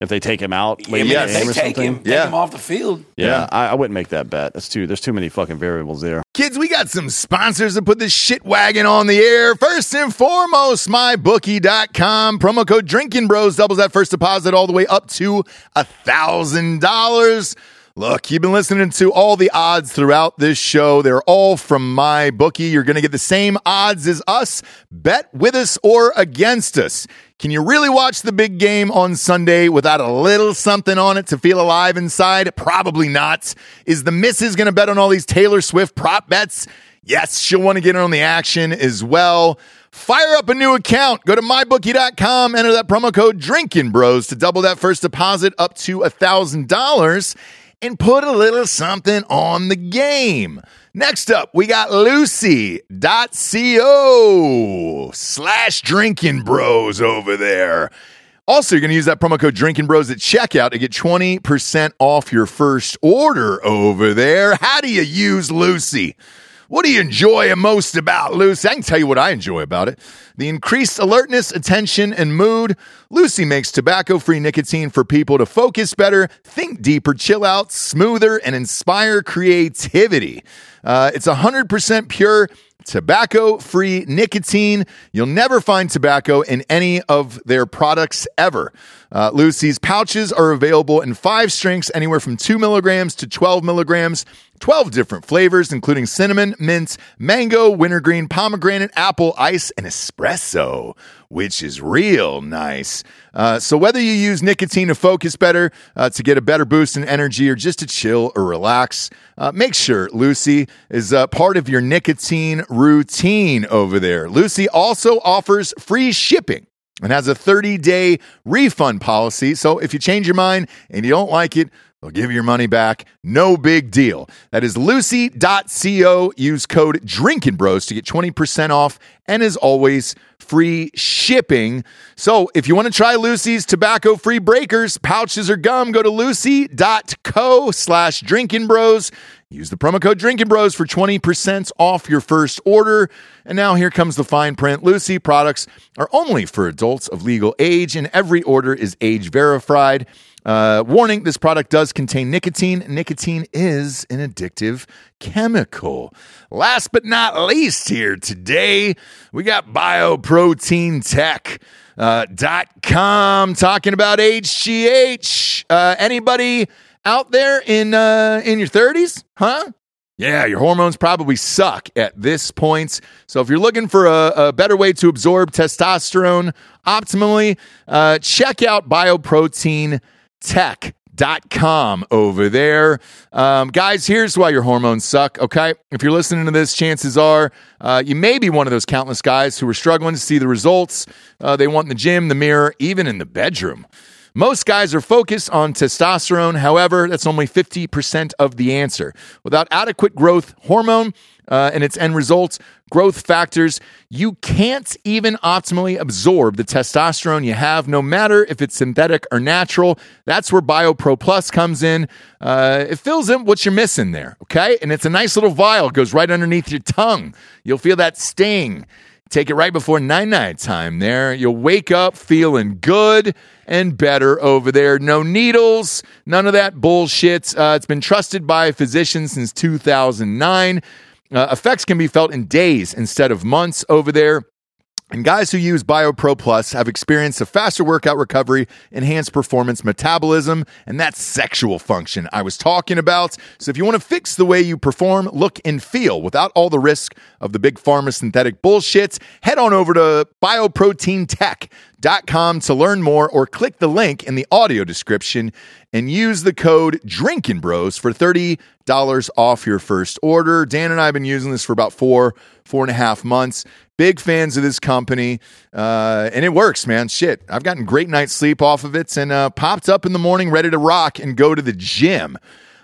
S6: If they take him out
S5: I
S6: late
S5: mean,
S6: in
S2: Yes.
S5: if
S6: the game
S5: they
S6: or
S5: take
S6: something?
S5: him, take
S2: Yeah.
S5: him off the field.
S6: Yeah,
S2: Yeah.
S6: I, I wouldn't make that bet. That's too, there's too many fucking variables there.
S2: Kids, we got some sponsors to put this shit wagon on the air. First and foremost, mybookie.com. Promo code Drinking Bros doubles that first deposit all the way up to a $1,000. Look, you've been listening to all the odds throughout this show. They're all from my bookie. You're going to get the same odds as us. Bet with us or against us. Can you really watch the big game on Sunday without a little something on it to feel alive inside? Probably not. Is the missus going to bet on all these Taylor Swift prop bets? Yes, she'll want to get in on the action as well. Fire up a new account. Go to mybookie.com, enter that promo code Drinking Bros to double that first deposit up to $1,000 and put a little something on the game. Next up, we got lucy.co slash drinking bros over there. Also, you're going to use that promo code Drinking Bros at checkout to get 20% off your first order over there. How do you use Lucy? What do you enjoy most about Lucy? I can tell you what I enjoy about it. The increased alertness, attention, and mood. Lucy makes tobacco free nicotine for people to focus better, think deeper, chill out, smoother, and inspire creativity. Uh, it's 100% pure tobacco free nicotine. You'll never find tobacco in any of their products ever. Uh, Lucy's pouches are available in five strengths, anywhere from 2 milligrams to 12 milligrams, 12 different flavors, including cinnamon, mint, mango, wintergreen, pomegranate, apple, ice, and espresso which is real nice. Uh, so, whether you use nicotine to focus better, uh, to get a better boost in energy, or just to chill or relax, uh, make sure Lucy is uh, part of your nicotine routine over there. Lucy also offers free shipping and has a 30 day refund policy. So, if you change your mind and you don't like it, They'll give you your money back. No big deal. That is lucy.co. Use code Drinking Bros to get 20% off and, as always, free shipping. So if you want to try Lucy's tobacco free breakers, pouches, or gum, go to lucy.co slash drinking bros. Use the promo code Drinking Bros for 20% off your first order. And now here comes the fine print. Lucy products are only for adults of legal age, and every order is age verified. Uh, warning this product does contain nicotine. Nicotine is an addictive chemical. Last but not least, here today, we got Bioprotein Tech. Uh, dot com talking about HGH. Uh, anybody out there in uh, in your 30s, huh? Yeah, your hormones probably suck at this point. So if you're looking for a, a better way to absorb testosterone optimally, uh, check out Bioprotein Tech. Dot com over there. Um, guys, here's why your hormones suck, okay? If you're listening to this, chances are uh, you may be one of those countless guys who are struggling to see the results uh, they want in the gym, the mirror, even in the bedroom. Most guys are focused on testosterone. However, that's only 50% of the answer. Without adequate growth hormone uh, and its end results, growth factors, you can't even optimally absorb the testosterone you have, no matter if it's synthetic or natural. That's where BioPro Plus comes in. Uh, it fills in what you're missing there, okay? And it's a nice little vial, it goes right underneath your tongue. You'll feel that sting. Take it right before 9 9 time there. You'll wake up feeling good and better over there. No needles, none of that bullshit. Uh, it's been trusted by physicians since 2009. Uh, effects can be felt in days instead of months over there. And guys who use BioPro Plus have experienced a faster workout recovery, enhanced performance metabolism, and that sexual function I was talking about. So if you want to fix the way you perform, look, and feel without all the risk of the big pharma synthetic bullshits, head on over to bioproteintech.com to learn more or click the link in the audio description and use the code Drinking Bros for thirty dollars off your first order. Dan and I have been using this for about four, four and a half months. Big fans of this company, uh, and it works, man. Shit, I've gotten great night's sleep off of it, and uh, popped up in the morning ready to rock and go to the gym.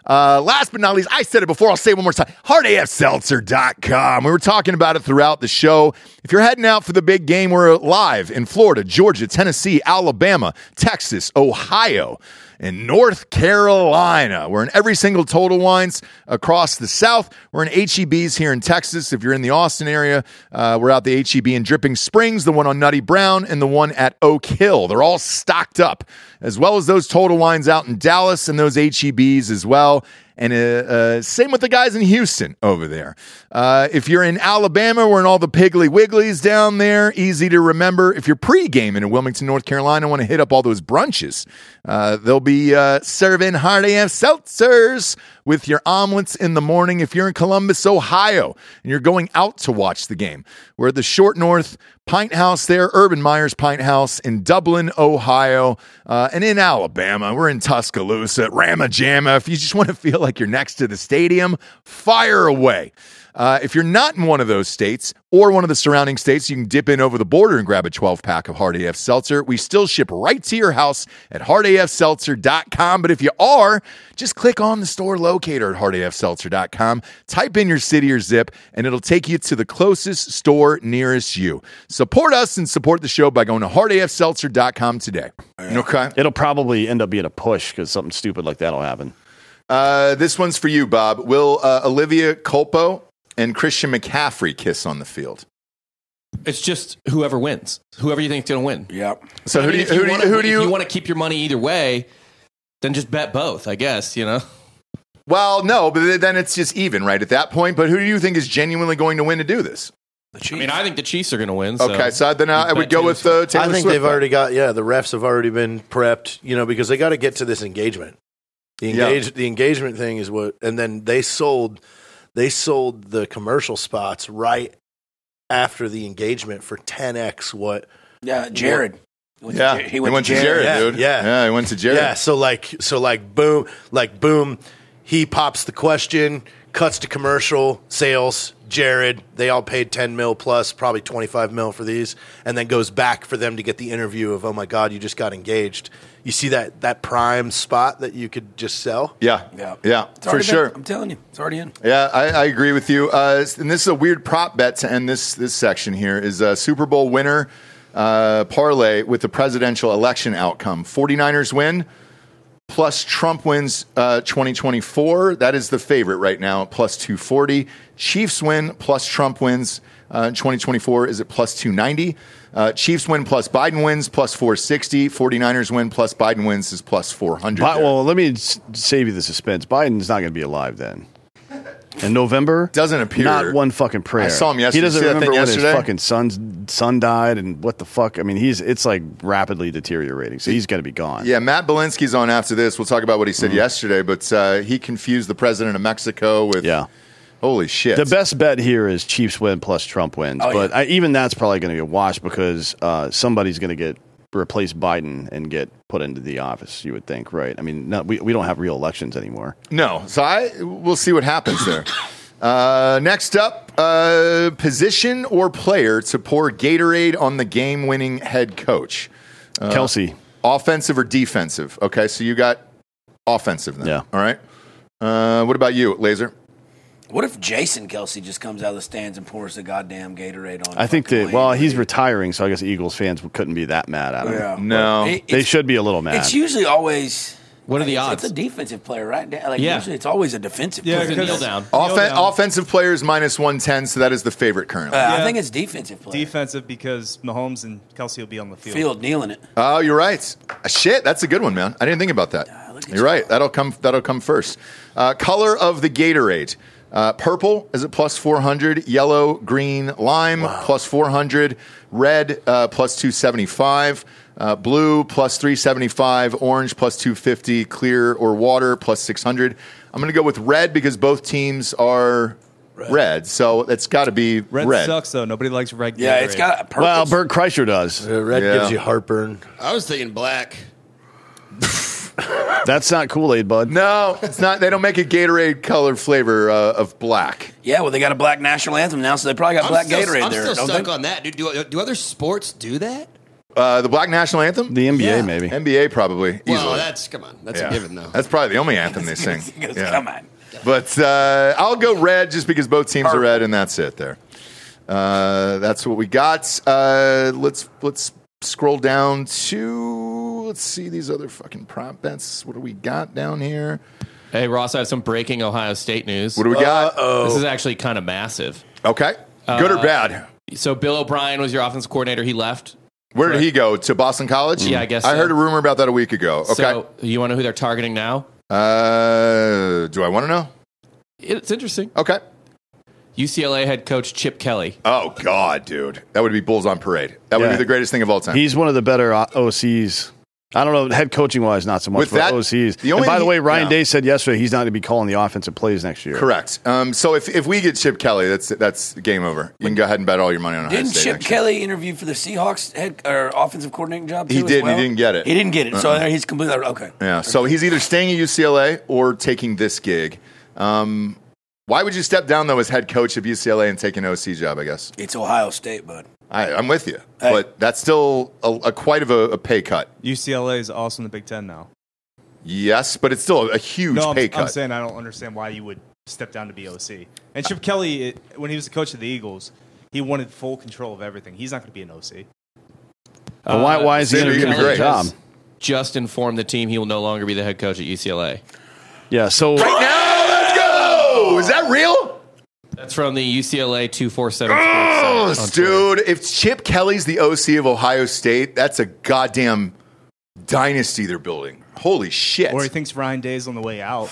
S2: Uh, last but not least, I said it before, I'll say it one more time. HardAFSeltzer.com. We were talking about it throughout the show. If you're heading out for the big game, we're live in Florida, Georgia, Tennessee, Alabama, Texas, Ohio, and North Carolina. We're in every single Total Wines across the South. We're in HEBs here in Texas. If you're in the Austin area, uh, we're out the HEB in Dripping Springs, the one on Nutty Brown, and the one at Oak Hill. They're all stocked up, E as well as those Total Wines out in Dallas and those HEBs as well. And uh, uh, same with the guys in Houston over there. Uh, if you're in Alabama, we're in all the Piggly Wigglies down there. Easy to remember. If you're pre-gaming in Wilmington, North Carolina, want to hit up all those brunches. Uh, they'll be uh, serving hard AF seltzers with your omelets in the morning. If you're in Columbus, Ohio, and you're going out to watch the game, we're at the Short North Pint House there, Urban Myers Pint House in Dublin, Ohio, uh, and in Alabama. We're in Tuscaloosa, Rama Jamma. If you just want to feel like you're next to the stadium, fire away. Uh, if you're not in one of those states or one of the surrounding states, you can dip in over the border and grab a 12 pack of Hard AF Seltzer. We still ship right to your house at hardafseltzer.com. But if you are, just click on the store locator at hardafseltzer.com, type in your city or zip, and it'll take you to the closest store nearest you. Support us and support the show by going to hardafseltzer.com today. Okay.
S6: It'll probably end up being a push because something stupid like that'll happen.
S2: Uh, this one's for you, Bob. Will uh, Olivia Colpo and Christian McCaffrey kiss on the field?
S4: It's just whoever wins, whoever you think's going to win.
S5: Yep.
S2: So
S4: I
S2: who do
S4: mean,
S2: you,
S4: if you
S2: who do you,
S4: wanna-
S2: who do
S4: If you
S2: you?
S4: want to keep your money either way, then just bet both. I guess you know.
S2: Well, no, but then it's just even, right? At that point, but who do you think is genuinely going to win to do this?
S4: I mean, I think the Chiefs are going to win. So.
S2: Okay, so then I, I
S4: You
S2: would
S4: bet
S2: go
S4: Taylor
S2: with uh, Taylor
S3: I think
S2: Swift.
S3: they've already got yeah. The refs have already been prepped, you know, because they got to get to this engagement. The
S2: Yeah.
S3: engage the engagement thing is what, and then they sold they sold the commercial spots right after the engagement for 10x what
S5: Yeah, Jared.
S2: Yeah, he went, to Jared,
S3: Yeah,
S2: dude.
S3: yeah.
S2: yeah, he went to Jared.
S3: Yeah, so like so like boom, like boom, he pops the question, cuts to commercial, sales, Jared, they all paid 10 mil plus, probably 25 mil for these, and then goes back for them to get the interview of, "Oh my god, you just got engaged." You see that that prime spot that you could just sell?
S2: yeah,
S5: Yeah.
S2: yeah, for sure.
S5: I'm telling you, it's already in.
S2: Yeah, I, I agree with you. Uh, and this is a weird prop bet to end this this section here is a Super Bowl winner uh, parlay with the presidential election outcome. 49ers win plus Trump wins uh, 2024. That is the favorite right now, plus 240. Chiefs win plus Trump wins uh, in 2024 is at plus 290. Uh, Chiefs win plus Biden wins plus 460. 49ers win plus Biden wins is plus 400.
S6: Bi-
S2: there.
S6: well, let me s- save you the suspense. Biden's not going to be alive then. In November,
S2: Doesn't appear.
S6: Not one fucking prayer.
S2: I saw him yesterday.
S6: He doesn't
S2: See that thing
S6: remember when
S2: yesterday?
S6: his fucking son's son died and what the fuck. I mean, he's it's like rapidly deteriorating. So he's going to be gone.
S2: Yeah, Matt Belinsky's on after this. We'll talk about what he
S6: Mm-hmm.
S2: said yesterday, but uh, he confused the president of Mexico with
S6: Yeah.
S2: Holy shit!
S6: The best bet here is Chiefs win plus Trump wins,
S5: Oh,
S6: but
S5: yeah.
S6: I, even that's probably going to get washed because uh, somebody's going to get replace Biden and get put into the office. You would think, right? I mean, not, we we don't have real elections anymore.
S2: No, so I we'll see what happens there. uh, next up, uh, position or player to pour Gatorade on the game-winning head coach. Uh,
S6: Kelsey,
S2: Offensive or defensive? Okay, so you got offensive then.
S6: Yeah.
S2: All right. Uh, what about you, Laser?
S5: What if Jason Kelsey just comes out of the stands and pours the goddamn Gatorade on?
S6: I think
S5: fucking
S6: that well,
S5: Wayne?
S6: he's retiring, so I guess Eagles fans couldn't be that mad at him.
S5: Yeah.
S2: No.
S5: It-
S6: They
S5: it's-
S6: should be a little mad.
S5: It's usually always.
S4: What are the
S5: it's,
S4: odds?
S5: It's a defensive player, right? Dan? Like
S4: Yeah.
S5: usually, it's always a defensive
S4: Yeah, it's
S5: player.
S4: a kneel down.
S2: Offen- offensive players minus one ten, so that is the favorite currently.
S5: Uh, I
S9: Yeah.
S5: think it's defensive player.
S9: Defensive because Mahomes and Kelsey will be on the field.
S5: Field kneeling it.
S2: Oh, you're right. Shit, that's a good one, man. I didn't think about that.
S5: look at
S2: You're
S5: you.
S2: right. That'll come. That'll come first. Uh, color of the Gatorade: uh, purple is at plus four hundred, yellow, green, lime plus four hundred, red uh, plus two seventy five, uh, blue plus three seventy five, orange plus two fifty, clear or water plus six hundred. I'm gonna go with red because both teams are red, so it's got to be red.
S9: Red, sucks though. Nobody likes red.
S5: Yeah, it's
S9: Gatorade.
S5: got a purple.
S6: well, Bert Kreischer does.
S3: Uh, Red
S2: Yeah.
S3: gives you heartburn.
S7: I was thinking black.
S6: That's not Kool Aid, bud.
S2: No, it's not. They don't make a Gatorade colored flavor uh, of black.
S5: yeah, well, they got a black national anthem now, so they probably got
S4: I'm
S5: black
S4: still,
S5: Gatorade
S4: I'm
S5: there.
S4: still
S5: don't
S4: stuck
S5: they?
S4: on that, dude. Do, do other sports do that?
S2: Uh, the Black National Anthem?
S6: The NBA,
S4: Yeah.
S6: maybe.
S2: NBA probably.
S4: Well,
S2: easily.
S4: that's come on. That's
S2: Yeah.
S4: a given though.
S2: That's probably the only anthem they sing.
S5: He goes,
S2: Yeah.
S5: Come on.
S2: But uh, I'll go red just because both teams are red, and that's it there. Uh, that's what we got. Uh, let's let's scroll down to let's see these other fucking prop bets. What do we got down here?
S4: Hey Ross, I have some breaking Ohio State news.
S2: What do we got?
S4: This is actually kind of massive.
S2: okay, good
S4: Uh,
S2: or bad?
S4: So Bill O'Brien was your offensive coordinator. He left.
S2: Where did he go to Boston College?
S4: Yeah, I guess
S2: I
S4: so.
S2: heard a rumor about that a week ago. Okay,
S4: So you want to know who they're targeting now?
S2: Uh, do I want to know?
S4: It's interesting.
S2: Okay.
S4: UCLA head coach Chip Kelly.
S2: Oh God, dude, that would be bulls on parade. That would
S6: Yeah.
S2: be the greatest thing of all time.
S6: He's one of the better O- OCs. I don't know, head coaching wise, not so much,
S2: With
S6: but
S2: that-
S6: OCs.
S2: the
S6: and
S2: only-
S6: by the way, Ryan
S2: yeah.
S6: Day said yesterday he's not going to be calling the offensive plays next year.
S2: Correct. Um, so if, if we get Chip Kelly, that's that's game over. You can go ahead and bet all your money on Ohio
S5: Didn't
S2: State.
S5: Chip
S2: next year.
S5: Kelly interview for the Seahawks head or offensive coordinating job?
S2: He
S5: too, as
S2: did, and he
S5: well?
S2: didn't get it. Uh-uh.
S5: He didn't get it. So there he's completely okay.
S2: Yeah. So he's either staying at UCLA or taking this gig. Um, why would you step down though as head coach of UCLA and take an OC job? I guess
S5: It's Ohio State, bud.
S2: I, I'm with you,
S5: Hey.
S2: but that's still a, a quite of a, a pay cut.
S9: UCLA is also in the Big Ten now.
S2: Yes, but it's still a, a huge
S9: no, I'm,
S2: pay
S9: I'm
S2: cut.
S9: saying I don't understand why you would step down to be OC. And Chip Kelly, it- when he was the coach of the Eagles, he wanted full control of everything. He's not going to be an OC.
S6: But Uh, why, why is he
S2: Xavier,
S6: going to
S2: you're
S6: get
S2: gonna be
S6: a
S2: great.
S6: job?
S4: Just informed the team he will no longer be the head coach at UCLA.
S6: Yeah. So uh,
S2: now let's go. Is that real?
S4: That's from the UCLA 247 oh,
S2: Oh, dude, if Chip Kelly's the OC of Ohio State, that's a goddamn dynasty they're building. Holy shit.
S9: Or he thinks Ryan Day's on the way out.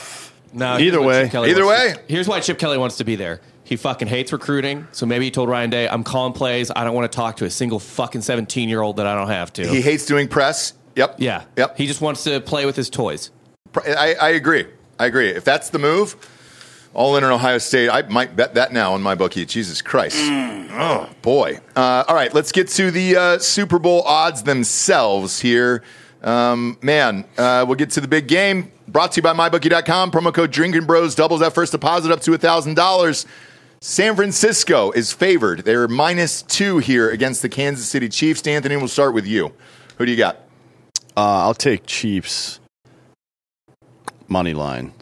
S4: No,
S6: Either
S4: here's what
S6: way.
S4: Chip Kelly
S2: Either
S4: wants to-
S2: way.
S4: here's why Chip Kelly wants to be there. He fucking hates recruiting, so maybe he told Ryan Day, "I'm calling plays. I don't want to talk to a single fucking 17 year old that I don't have to."
S2: He hates doing press. Yep.
S4: yeah,
S2: Yep.
S4: He just wants to play with his toys.
S2: Pr- I, I agree. I agree. If that's the move, all in on Ohio State. I might bet that now on my bookie. Jesus Christ. Oh, boy. Uh, all right, let's get to the uh, Super Bowl odds themselves here. Um, man, uh, we'll get to the big game. Brought to you by MyBookie.com. Promo code Drinking Bros doubles that first deposit up to $1,000. San Francisco is favored. They're minus two here against the Kansas City Chiefs. Anthony, we'll start with you. Who do you got?
S6: uh, I'll take Chiefs money line.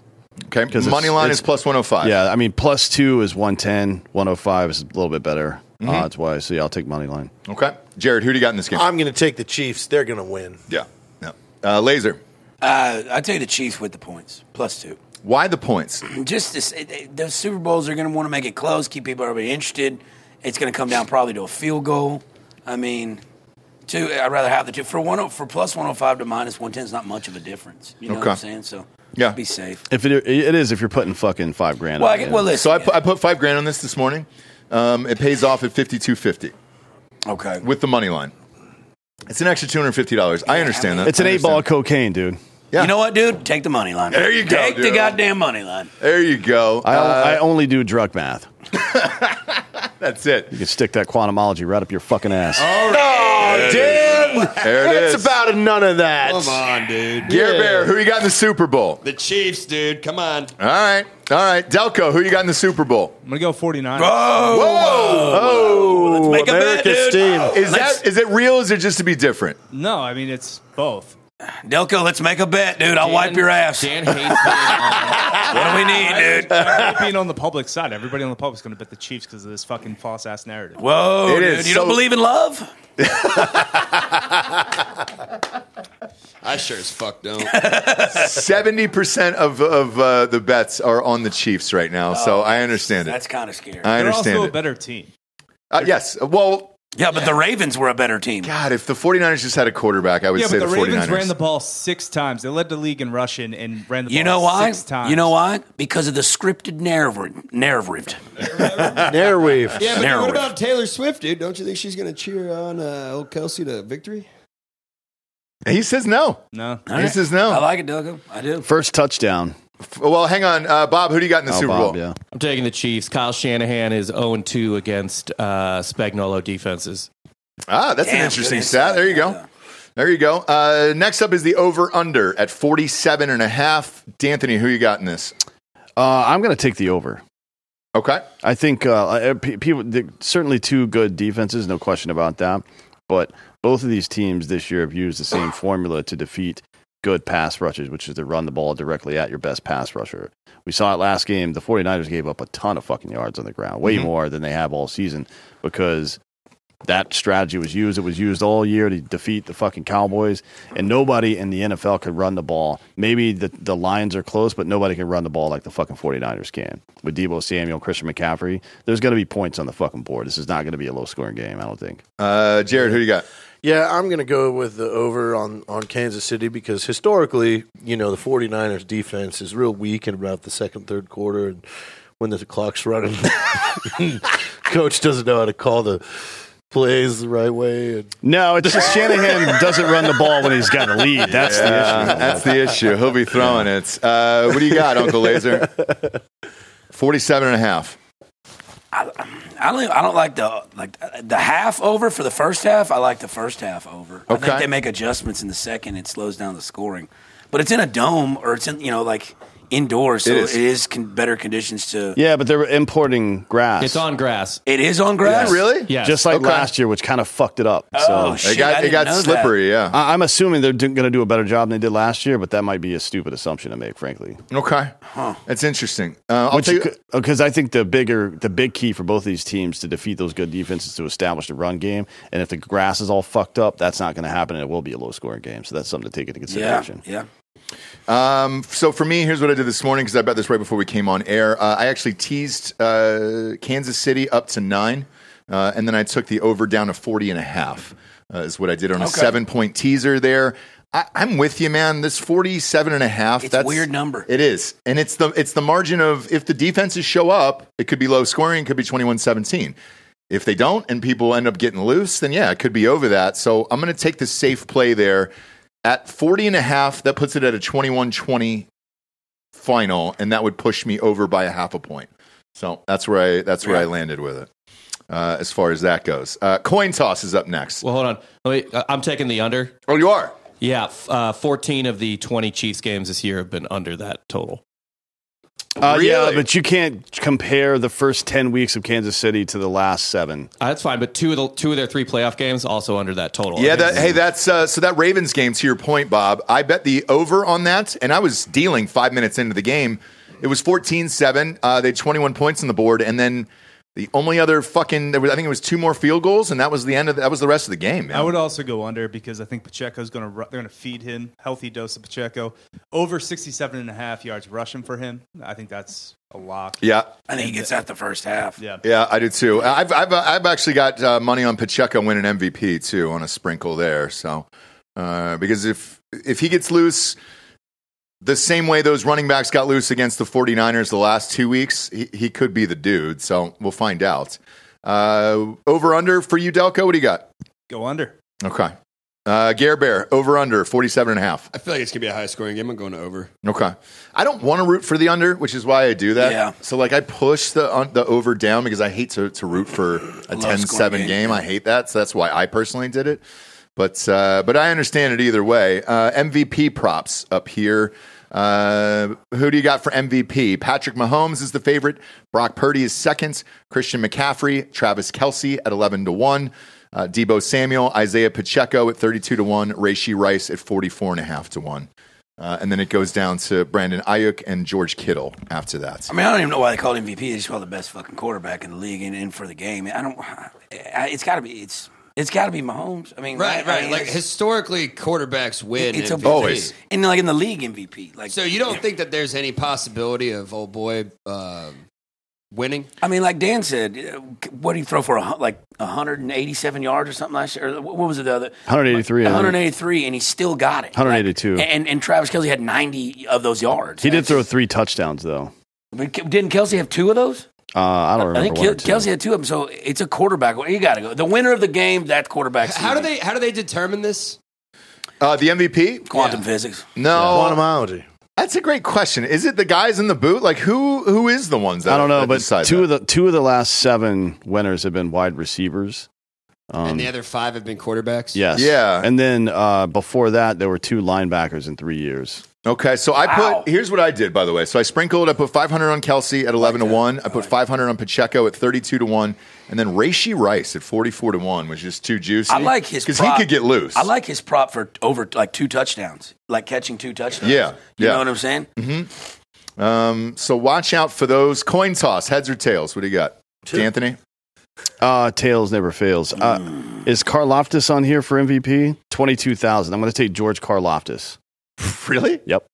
S2: Okay.
S6: 'Cause it's-
S2: Money line
S6: it's-
S2: is plus 105.
S6: Yeah, I mean, plus two is 110, 105 is a little bit better
S2: Mm-hmm.
S6: odds wise. So yeah, I'll take money line.
S2: Okay. Jared, who do you got in this game?
S3: I'm going to take the Chiefs. They're going to win.
S2: yeah. yeah. Uh, Laser,
S5: Uh, I tell you the Chiefs with the points plus two.
S2: why the points?
S5: Just this, it- it- those Super Bowls are going to want to make it close, keep people everybody interested. It's going to come down probably to a field goal. I mean, two. I'd rather have the two for one oh, for plus one hundred five to minus one ten is not much of a difference. You know what I'm
S2: Okay.
S5: saying? So
S2: Yeah.
S5: be safe.
S6: If it, it is, if you're putting fucking five grand.
S5: Well,
S6: on
S5: I,
S6: it,
S5: get-
S6: yeah.
S5: well, listen.
S2: So I put, I put five grand on this this morning. Um, it pays off at 5250
S5: okay.
S2: with the money line. It's an extra $250. I understand that.
S6: it's an
S2: I
S6: eight
S2: understand.
S6: ball of cocaine, dude.
S2: Yeah.
S5: You know what, dude? Take the money line.
S2: There you go,
S5: Take the
S2: dude.
S5: goddamn money line.
S2: There you go.
S6: I,
S2: Uh,
S6: I only do drug math.
S2: that's it.
S6: You can stick that quantumology right up your fucking ass.
S3: Oh, damn.
S2: There it
S3: That's
S2: is.
S3: about a none of that.
S7: Come on, dude.
S2: Gear Bear, who you got in the Super Bowl?
S7: The Chiefs, dude. Come on.
S2: All right. All right. Delco, who you got in the Super Bowl?
S9: I'm going to go 49.
S2: Whoa. Oh.
S5: Let's make a bet,
S3: America's
S5: dude.
S3: team.
S2: Is, that, is it real? Is it just to be different?
S9: No, I mean, it's both.
S5: Delco, let's make a bet, dude. I'll wipe your ass.
S4: Dan hates being on-
S5: What do we need, dude?
S9: Being on the public side, everybody on the public's going to bet the Chiefs because of this fucking false ass narrative.
S5: Whoa,
S2: It
S5: dude.
S2: is
S5: you
S2: so-
S5: don't believe in love?
S7: I sure as fuck don't.
S2: Seventy percent of of uh, the bets are on the Chiefs right now, so I understand it.
S5: That's kind of scary.
S2: I
S9: Oh, They're
S2: understand
S9: also
S2: it.
S9: a better team.
S2: uh, yes. Well,
S5: yeah, but the Ravens were a better team.
S2: God, if the 49ers just had a quarterback, I would
S9: Yeah,
S2: say
S9: but the,
S2: the, 49ers.
S9: Ravens ran the ball six times. They led the league in rushing and ran the
S5: You know
S9: ball
S5: why?
S9: six times.
S5: You know why? Because of the scripted narrative. Narrative.
S3: There we've.
S7: Yeah, but dude,
S5: Narrow
S7: what
S5: it.
S7: about Taylor Swift, dude? Don't you think she's going to cheer on uh, old Kelsey to victory?
S2: he says no.
S9: No.
S5: All
S2: He
S5: right.
S2: says no.
S5: I like it, Delco. I do.
S6: First touchdown.
S2: F- well, hang on, uh, Bob. Who do you got in the
S6: Oh,
S2: Super
S6: Bob,
S2: Bowl?
S6: yeah.
S4: I'm taking the Chiefs. Kyle Shanahan is 0 2 against uh, Spagnolo defenses.
S2: Ah, that's an
S5: Damn,
S2: interesting
S5: good
S2: stat. There you
S5: insight.
S2: go. There you go. Uh, next up is the over under at 47 and a half. D'Anthony, who you got in this?
S6: Uh, I'm going to take the over.
S2: Okay.
S6: I think uh, uh, pe- people they're certainly two good defenses, no question about that. But both of these teams this year have used the same formula to defeat good pass rushers, which is to run the ball directly at your best pass rusher. We saw it last game. The 49ers gave up a ton of fucking yards on the ground, way more than they have all season because that strategy was used. It was used all year to defeat the fucking Cowboys, and nobody in the NFL could run the ball. Maybe the, the Lions are close, but nobody can run the ball like the fucking 49ers can. With Debo Samuel, Christian McCaffrey, there's going to be points on the fucking board. This is not going to be a low scoring game, I don't think.
S2: Uh, Jared, who you got?
S3: Yeah, I'm going to go with the over on, on Kansas City because historically, you know, the 49ers defense is real weak in about the second, third quarter. And when the clock's running, coach doesn't know how to call the plays the right way. And
S6: No, it's just Shanahan doesn't run the ball when he's got a lead. That's the
S2: Uh,
S6: issue.
S2: that's the issue. He'll be throwing it. Uh, what do you got, Uncle Laser? 47 and a half.
S5: I don't. I don't like the like the half over for the first half. I like the first half over. I
S2: Okay.
S5: think they make adjustments in the second. It slows down the scoring, but it's in a dome or it's in you know like indoors, so
S2: It
S5: it
S2: is.
S5: is, con- better conditions to.
S6: Yeah, but they're importing grass.
S4: It's on grass.
S5: It is on grass.
S2: Really?
S4: Yes.
S6: just like
S2: Okay.
S6: last year, which kind of fucked it up.
S5: Oh
S6: so
S5: shit!
S2: it got,
S5: I
S2: it
S5: didn't
S2: got
S5: know that.
S2: slippery, yeah.
S6: I- I'm assuming they're going to do a better job than they did last year, but that might be a stupid assumption to make, frankly.
S2: Okay. That's interesting. Uh, I'll
S6: Which
S2: tell you,
S6: because I think the bigger, the big key for both these teams to defeat those good defenses to establish the run game, and if the grass is all fucked up, that's not going to happen, and it will be a low scoring game. So that's something to take into
S5: Yeah.
S6: consideration.
S5: Yeah.
S2: Um, so for me, here's what I did this morning because I bet this right before we came on air. Uh, I actually teased uh, Kansas City up to nine, uh, and then I took the over down to 40 and a half, uh, is what I did on a seven point teaser there. I, I'm with you, man. This 47 and a half.
S5: It's a weird number.
S2: It is. And it's the, it's the margin of if the defenses show up, it could be low scoring, it could be 21 17. If they don't and people end up getting loose, then yeah, it could be over that. So I'm going to take the safe play there at 40 and a half that puts it at a 21-20 final and that would push me over by a half a point so that's where i that's where i landed with it uh, as far as that goes uh, coin toss is up next
S4: Well, hold on. Let me, I- I'm taking the under.
S2: oh you are
S4: Yeah, f- uh, 14 of the 20 Chiefs games this year have been under that total.
S6: Uh, Yeah,
S2: Really?
S6: but you can't compare the first ten weeks of Kansas City to the last seven.
S4: Uh, that's fine, but two of the two of their three playoff games also under that total.
S2: yeah
S4: I think
S2: that,
S4: this
S2: hey
S4: is-
S2: that's uh, so that ravens game to your point bob i bet the over on that and i was dealing five minutes into the game it was 14-7 uh, they had 21 points on the board and then the only other fucking there was, i think it was two more field goals and that was the end of the, that was the rest of the game man.
S9: I would also go under because I think Pacheco's going to they're going to feed him healthy dose of Pacheco over 67 and a half yards rushing for him. I think that's a lock.
S2: yeah
S5: I think he gets at the first half.
S9: Yeah.
S2: Yeah, I do too. I've I've I've actually got uh, money on Pacheco winning MVP too on a sprinkle there. So uh, because if if he gets loose the same way those running backs got loose against the 49ers the last two weeks, he, he could be the dude. So we'll find out. Uh, over under for you, Delco. What do you got?
S9: Go under.
S2: Okay. Uh, Gare Bear, over under 47 and a half.
S7: I feel like it's gonna be a high scoring game. I'm going over.
S2: Okay. I don't want to root for the under, which is why I do that.
S5: Yeah.
S2: So like I push the un- the over down because I hate to, to root for a 10-7 game.
S5: game.
S2: I hate that. So that's why I personally did it. But uh, but I understand it either way. Uh, MVP props up here. Uh, who do you got for MVP? Patrick Mahomes is the favorite. Brock Purdy is second. Christian McCaffrey, Travis Kelsey at eleven to one. Uh, Debo Samuel, Isaiah Pacheco at thirty-two to one. Rashi Rice at forty-four and a half to one. Uh, and then it goes down to Brandon Ayuk and George Kittle after that.
S5: I mean, I don't even know why they called him MVP. They just called the best fucking quarterback in the league and, and for the game. I don't. I, it's got to be. It's it's got to be Mahomes. I mean,
S7: Right,
S5: I- I
S7: right.
S5: mean,
S7: Like
S5: it's-
S7: historically, quarterbacks win.
S5: it's
S7: MVP.
S5: a
S2: Always.
S5: and like in the league MVP. Like
S7: So you don't think that there's any possibility of old boy uh, winning?
S5: I mean, like Dan said, uh, what did he throw for a, hun- like 187 yards or something last year? Or wh- what was it the other?
S6: 183, I think.
S5: 183, and he still got it.
S6: 182.
S5: Like, and and Travis Kelsey had 90 of those yards.
S6: He did throw three touchdowns though.
S5: I mean, Ke- didn't Kelsey have two of those?
S6: Uh, I don't remember.
S5: I think
S6: one or
S5: Kel-
S6: two.
S5: Kelsey had two of them. So it's a quarterback. You got to go. The winner of the game, that quarterback.
S7: How do they how do they determine this?
S2: Uh, the MVP?
S5: Quantum
S7: Yeah.
S5: physics.
S2: No,
S3: Quantumology.
S2: that's a great question. Is it the guys in the boot? Like who? Who is the ones? That,
S6: I don't know,
S2: that
S6: but
S2: decide
S6: two
S2: that?
S6: of the two of the last seven winners have been wide receivers.
S7: and the other five have been quarterbacks.
S6: Yes.
S2: Yeah.
S6: And then uh, before that, there were two linebackers in three years.
S2: Okay, so I put
S5: Wow.
S2: here's what I did by the way. So I sprinkled. I put 500 on Kelsey at 11 to one. I put 500 on Pacheco at 32 to one, and then Rashi Rice at 44 to one was just too juicy.
S5: I like his
S2: because he
S5: prop.
S2: could get loose.
S5: I like his prop for over like two touchdowns, like catching two touchdowns.
S2: Yeah,
S5: you
S2: yeah.
S5: know what I'm saying.
S2: Um, so watch out for those coin toss heads or tails. What do you got, Anthony?
S6: Uh, tails never fails. Uh, Is Karloftis on here for MVP? Twenty-two thousand. I'm going to take George Karloftis.
S2: Really?
S6: Yep.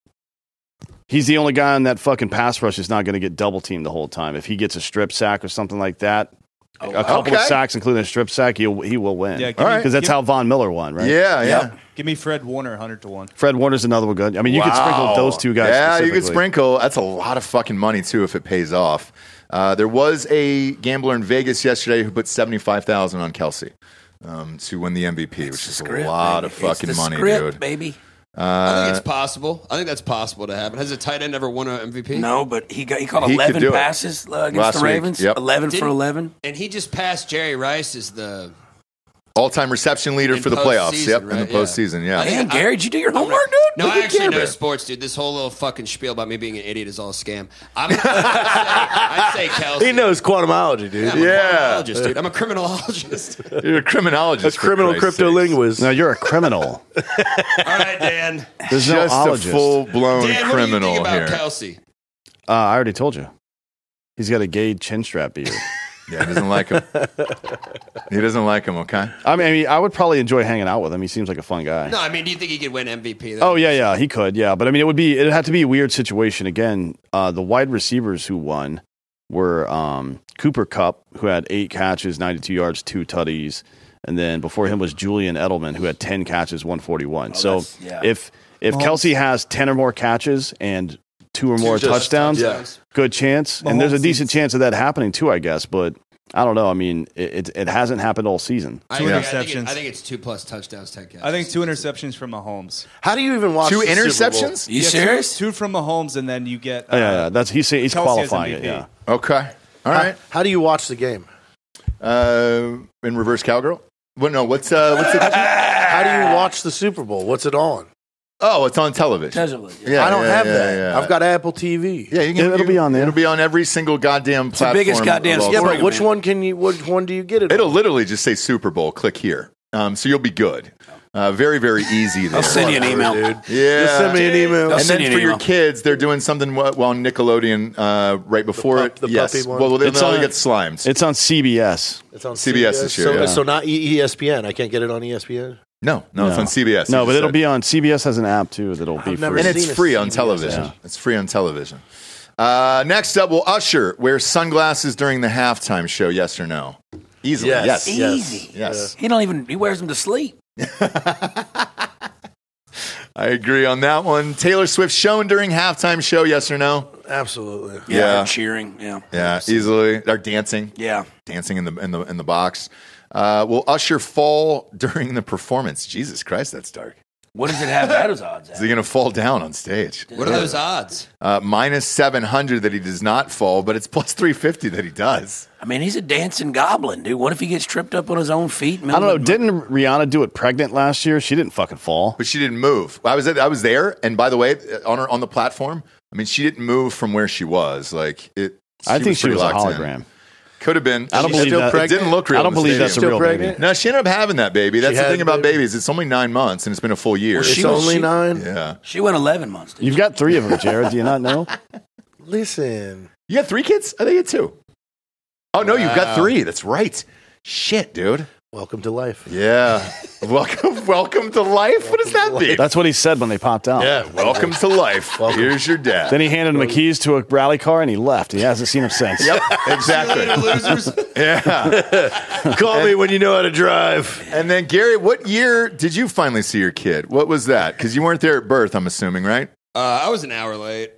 S6: He's the only guy on that fucking pass rush is not going to get double teamed the whole time. If he gets a strip sack or something like that, a couple of
S2: Oh, Okay.
S6: sacks, including a strip sack, he'll, he will win.
S9: Yeah,
S6: Yeah,
S9: give
S2: All
S9: me-
S2: right.
S6: because that's
S9: give-
S6: how Von Miller won, right?
S2: Yeah, yeah.
S9: Give me Fred Warner, hundred to one.
S6: Fred Warner's another one good. I mean, you could sprinkle
S2: Wow.
S6: those two guys.
S2: Yeah, you could
S6: specifically.
S2: sprinkle. That's a lot of fucking money too if it pays off. Uh, there was a gambler in Vegas yesterday who put seventy five thousand on Kelsey um, to win the MVP, which is a lot of fucking
S5: it's the
S2: money,
S5: script,
S2: dude.
S5: baby.
S7: I think it's possible. I think that's possible to happen. Has a tight end ever won an MVP?
S5: No, but he got he caught
S2: He could do
S5: eleven
S2: it.
S5: passes uh, against
S2: Last
S5: the
S2: week,
S5: Ravens.
S2: yep.
S5: Eleven for
S7: Didn't-
S5: eleven.
S7: And he just passed Jerry Rice as the.
S2: All time reception leader
S7: In
S2: for the playoffs.
S7: postseason,
S2: Yep, in
S7: right?
S2: the
S7: Yeah.
S2: postseason. Yeah.
S5: Man, Gary, did you do your homework, dude?
S7: No,
S2: Look
S7: I
S2: at
S7: actually
S2: Care
S7: know
S2: Bear.
S7: sports, dude. This whole little fucking spiel about me being an idiot is all a scam. I'm, I'd say Kelsey.
S3: He knows quantumology, dude.
S7: I'm a
S2: Yeah.
S7: criminologist, dude. I'm a criminologist.
S2: You're a criminologist.
S3: That's criminal crypto linguist.
S6: No, you're a criminal.
S7: all right, Dan.
S6: There's no
S2: Just a
S6: ologist.
S2: full blown
S7: Dan, what do you
S2: criminal
S7: think about
S2: here.
S7: Kelsey?
S6: uh, I already told you. He's got a gay chin strap beard.
S2: yeah, he doesn't like him. he doesn't like him. Okay.
S6: I mean, I would probably enjoy hanging out with him. He seems like a fun guy.
S7: No, I mean, do you think he could win MVP?
S6: Oh yeah, yeah, he could, yeah. But I mean, it would be it'd have to be a weird situation again. Uh, the wide receivers who won were um, Cooper Cup, who had eight catches, ninety-two yards, two tutties, and then before him was Julian Edelman, who had ten catches, one forty-one. so
S5: Oh, that's- yeah.
S6: if if Kelsey has ten or more catches and two or more
S3: just-
S6: touchdowns,
S3: yeah.
S6: good chance. and there's a
S9: Mahomes
S6: decent
S9: is-
S6: chance of that happening too, I guess. But I don't know. I mean, it it, it hasn't happened all season.
S7: I,
S9: Two
S7: agree. I think, it,
S9: interceptions.
S7: I think it's two plus touchdowns, ten catches.
S9: I think two interceptions from Mahomes.
S3: How do you even watch
S2: Two
S3: the Super Bowl?
S2: interceptions?
S5: You
S9: Yeah, two-
S5: serious?
S9: Two, from Mahomes, and then you get. uh,
S6: Oh,
S3: Uh,
S6: yeah, yeah, that's he's saying he's
S9: Kelce has
S6: qualifying it.
S9: MVP.
S6: Yeah,
S2: Okay. All right.
S3: How, how do you watch the game?
S2: Uh, in reverse cowgirl? Well, no, what's uh, what's the
S3: How do
S2: Ah.
S3: you watch the Super Bowl? What's it on?
S2: Oh, it's on television.
S5: Tangibly, yeah.
S2: Yeah,
S3: I don't
S2: yeah,
S3: have
S2: yeah,
S3: that.
S2: yeah.
S3: I've got Apple TV.
S2: Yeah, you can,
S6: It'll
S2: you-
S6: be on there.
S2: It'll be on every single goddamn
S5: the
S2: platform.
S5: biggest goddamn
S2: of all
S5: sport.
S3: Yeah,
S2: time.
S3: but
S5: Sorry,
S3: which
S5: man.
S3: one can you? Which one do you get it? on?
S2: It'll literally just say Super Bowl. Click here. Um, so you'll be good. Uh, very, very easy. There.
S5: I'll send you an email.
S2: Yeah.
S3: Just send me an email.
S5: I'll
S2: and then
S5: send
S2: for
S5: you an
S2: your
S5: email.
S2: kids, they're doing something wha- well on Nickelodeon uh, right before
S3: pup-
S2: it.
S3: the
S2: yes.
S3: puppy one?
S2: Well, they'll,
S6: It's
S2: they'll
S6: on-
S2: get slimed.
S6: it's on CBS.
S3: It's on
S2: CBS this year,
S3: So,
S2: yeah.
S3: so not E- ESPN. I can't get it on E ESPN.
S2: no, no, it's on CBS.
S6: No,
S2: you
S6: but
S2: just
S6: it'll
S2: said.
S6: be on CBS has an app too that'll be
S3: never
S6: free.
S2: and
S3: seen
S2: it's
S3: a
S2: free on
S3: CBS.
S2: television.
S6: Yeah.
S2: It's free on television. Uh, next up, will Usher wear sunglasses during the halftime show? Yes or no? Easily, yes, yes.
S5: Easy. He don't even he wears them to sleep.
S2: I agree on that one. Taylor Swift shown during halftime show? Yes or no?
S3: Absolutely.
S2: Yeah.
S5: or cheering. Yeah,
S2: Yeah, easily. Or dancing,
S5: yeah.
S2: dancing in the in the in the box. Uh, will Usher fall during the performance? Jesus Christ, that's dark.
S5: What does it have that as odds?
S2: Is
S5: At?
S2: he going to fall down on stage?
S7: What are those odds?
S2: Uh, minus seven hundred that he does not fall, but it's plus three fifty that he does.
S5: I mean, he's a dancing goblin, dude. What if he gets tripped up on his own feet?
S6: I don't know. Didn't Rihanna do it pregnant last year? She didn't fucking fall.
S2: but she didn't move. I was at, I was there, and by the way, on her on the platform, I mean she didn't move from where she was. Like it,
S6: I think she
S2: pretty
S6: was a
S2: locked in.
S6: hologram.
S2: Could have been.
S6: I don't
S2: She's
S6: believe
S2: still
S6: that-
S2: pregnant. It didn't look real.
S6: I don't
S2: in the
S6: believe that's a
S2: stadium.
S3: Still
S6: real baby.
S3: pregnant?
S2: No, she ended up having that baby. That's
S3: She
S2: the
S3: had
S2: thing
S3: the
S2: about
S3: baby.
S2: babies. It's only nine months, and it's been a full year.
S5: she
S3: It's
S5: was-
S3: only
S5: she-
S3: nine.
S2: yeah,
S5: She went eleven months. Dude.
S6: You've got three of them, Jared. Do you not know?
S3: Listen,
S2: you got three kids. I think you had two. Oh no, you've got three. That's right. Shit, dude.
S3: welcome to life.
S2: Yeah. welcome, welcome to life. what does that mean?
S6: That's what he said when they popped out.
S2: Welcome to life. Here's your dad.
S6: Then he handed him the keys to a rally car and he left. He hasn't seen him since.
S2: yep, exactly.
S7: Losers. Uh,
S2: Yeah.
S3: Call me when you know how to drive.
S2: And then Gary, what year did you finally see your kid? What was that? Because you weren't there at birth, I'm assuming, right?
S7: Uh, I was an hour late.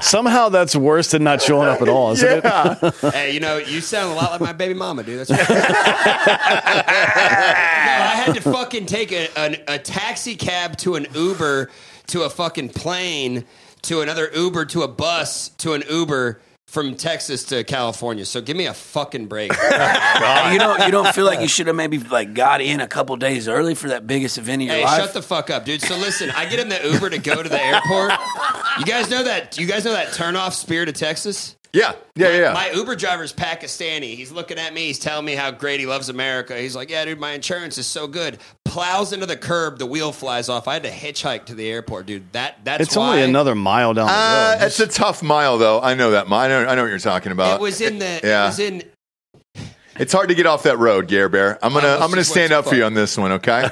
S6: Somehow that's worse than not showing up at all, isn't it?
S7: Hey, you know, you sound a lot like my baby mama, dude. That's right. no, I had to fucking take a, an, a taxi cab to an Uber to a fucking plane to another Uber to a bus to an Uber from Texas to California. So give me a fucking break.
S5: And you don't you don't feel like you should have maybe like got in a couple days early for that biggest event of your
S7: Hey,
S5: life.
S7: shut the fuck up, dude. So listen, I get in the Uber to go to the airport. You guys know that you guys know that turn off spirit of Texas?
S2: Yeah, yeah, yeah.
S7: My Uber driver's Pakistani. He's looking at me. He's telling me how great he loves America. He's like, "Yeah, dude, my insurance is so good." Plows into the curb. The wheel flies off. I had to hitchhike to the airport, dude. That that's
S6: It's
S7: why
S6: only another mile down the
S2: uh,
S6: road.
S2: it's a tough mile, though. I know that. mi- I know, I know what you're talking about.
S7: It was in the.
S2: Yeah.
S7: It was in.
S2: It's hard to get off that road, Gare Bear. I'm gonna
S7: Almost
S2: I'm gonna
S7: just
S2: stand
S7: went
S2: up
S7: too
S2: for you
S7: far.
S2: on this one, okay?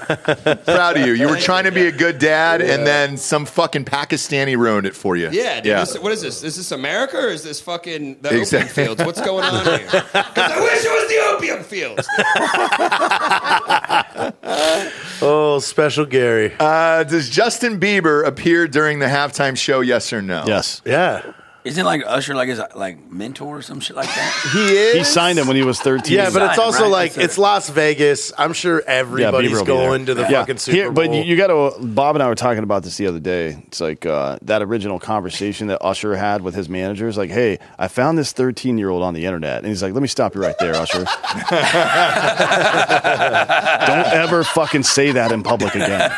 S2: Proud of you. You were trying to be a good dad, and then some fucking Pakistani ruined it for you.
S7: Yeah, dude,
S2: yeah.
S7: This, what is this? Is this America or is this fucking the opium
S2: Exactly.
S7: fields? What's going on here? 'Cause I wish it was the opium fields.
S3: Oh, special Gary.
S2: Uh, does Justin Bieber appear during the halftime show? Yes or no?
S6: Yes.
S3: Yeah.
S5: Isn't like Usher like his like mentor or some shit like that?
S2: he is.
S6: He signed him when he was 13.
S3: Yeah, but it's
S5: Design,
S3: also
S5: right?
S3: like
S5: That's it.
S3: it's Las Vegas. I'm sure
S6: Yeah,
S3: everybody's
S6: Bieber will be
S3: going
S6: there.
S3: to the
S6: Yeah.
S3: fucking Super
S6: Here-
S3: Bowl.
S6: But you, you got to. Bob and I were talking about this the other day. It's like uh, that original conversation that Usher had with his managers. Like, hey, I found this 13 year old on the internet, and he's like, let me stop you right there, Usher. Don't ever fucking say that in public again.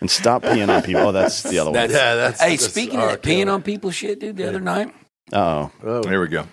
S6: And stop peeing on people. Oh, that's the other
S5: That's-
S6: one.
S3: yeah, that's.
S5: hey,
S3: that's
S5: speaking of
S3: R.
S5: that
S3: Kelly.
S5: peeing on people shit, dude, the other night.
S6: Oh,
S2: Here we go.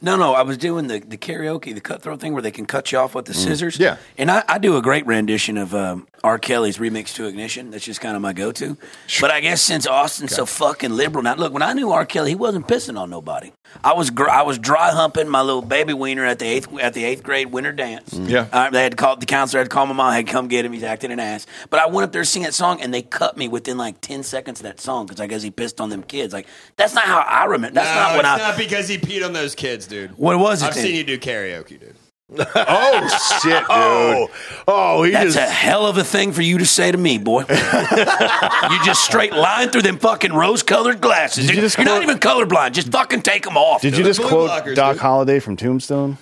S5: No, no, I was doing the, the karaoke, the cutthroat thing where they can cut you off
S7: Mm.
S5: with the scissors.
S2: Yeah.
S5: And I, I do a great rendition of um, R. Kelly's remix to Ignition. That's just kind of my go to. But I guess since Austin's so fucking liberal now, look, when I knew R. Kelly, he wasn't pissing on nobody. I was gr- I was dry humping my little baby wiener at the eighth at the eighth grade winter dance.
S7: Mm.
S2: Yeah.
S5: Uh, they had called the counselor had called my mom, had come get him, he's acting an ass. But I went up there to sing that song and they cut me within like ten seconds of that song because I guess he pissed on them kids. Like that's not how I remember that's
S7: no,
S5: not what
S7: it's
S5: I
S7: not because he peed on those kids, dude.
S5: what was it?
S7: I've
S5: then?
S7: seen you do karaoke, dude.
S2: Oh shit, dude.
S3: Oh, oh, he
S5: That's
S3: just.
S5: a hell of a thing for you to say to me, boy. you just straight line through them fucking rose-colored glasses.
S6: Did you
S5: dude.
S6: just
S5: You're not
S6: quote-
S5: even colorblind. Just fucking take them off.
S6: did
S5: dude.
S6: you just
S7: blue
S6: quote
S7: blockers,
S6: Doc
S7: dude.
S6: Holliday from Tombstone?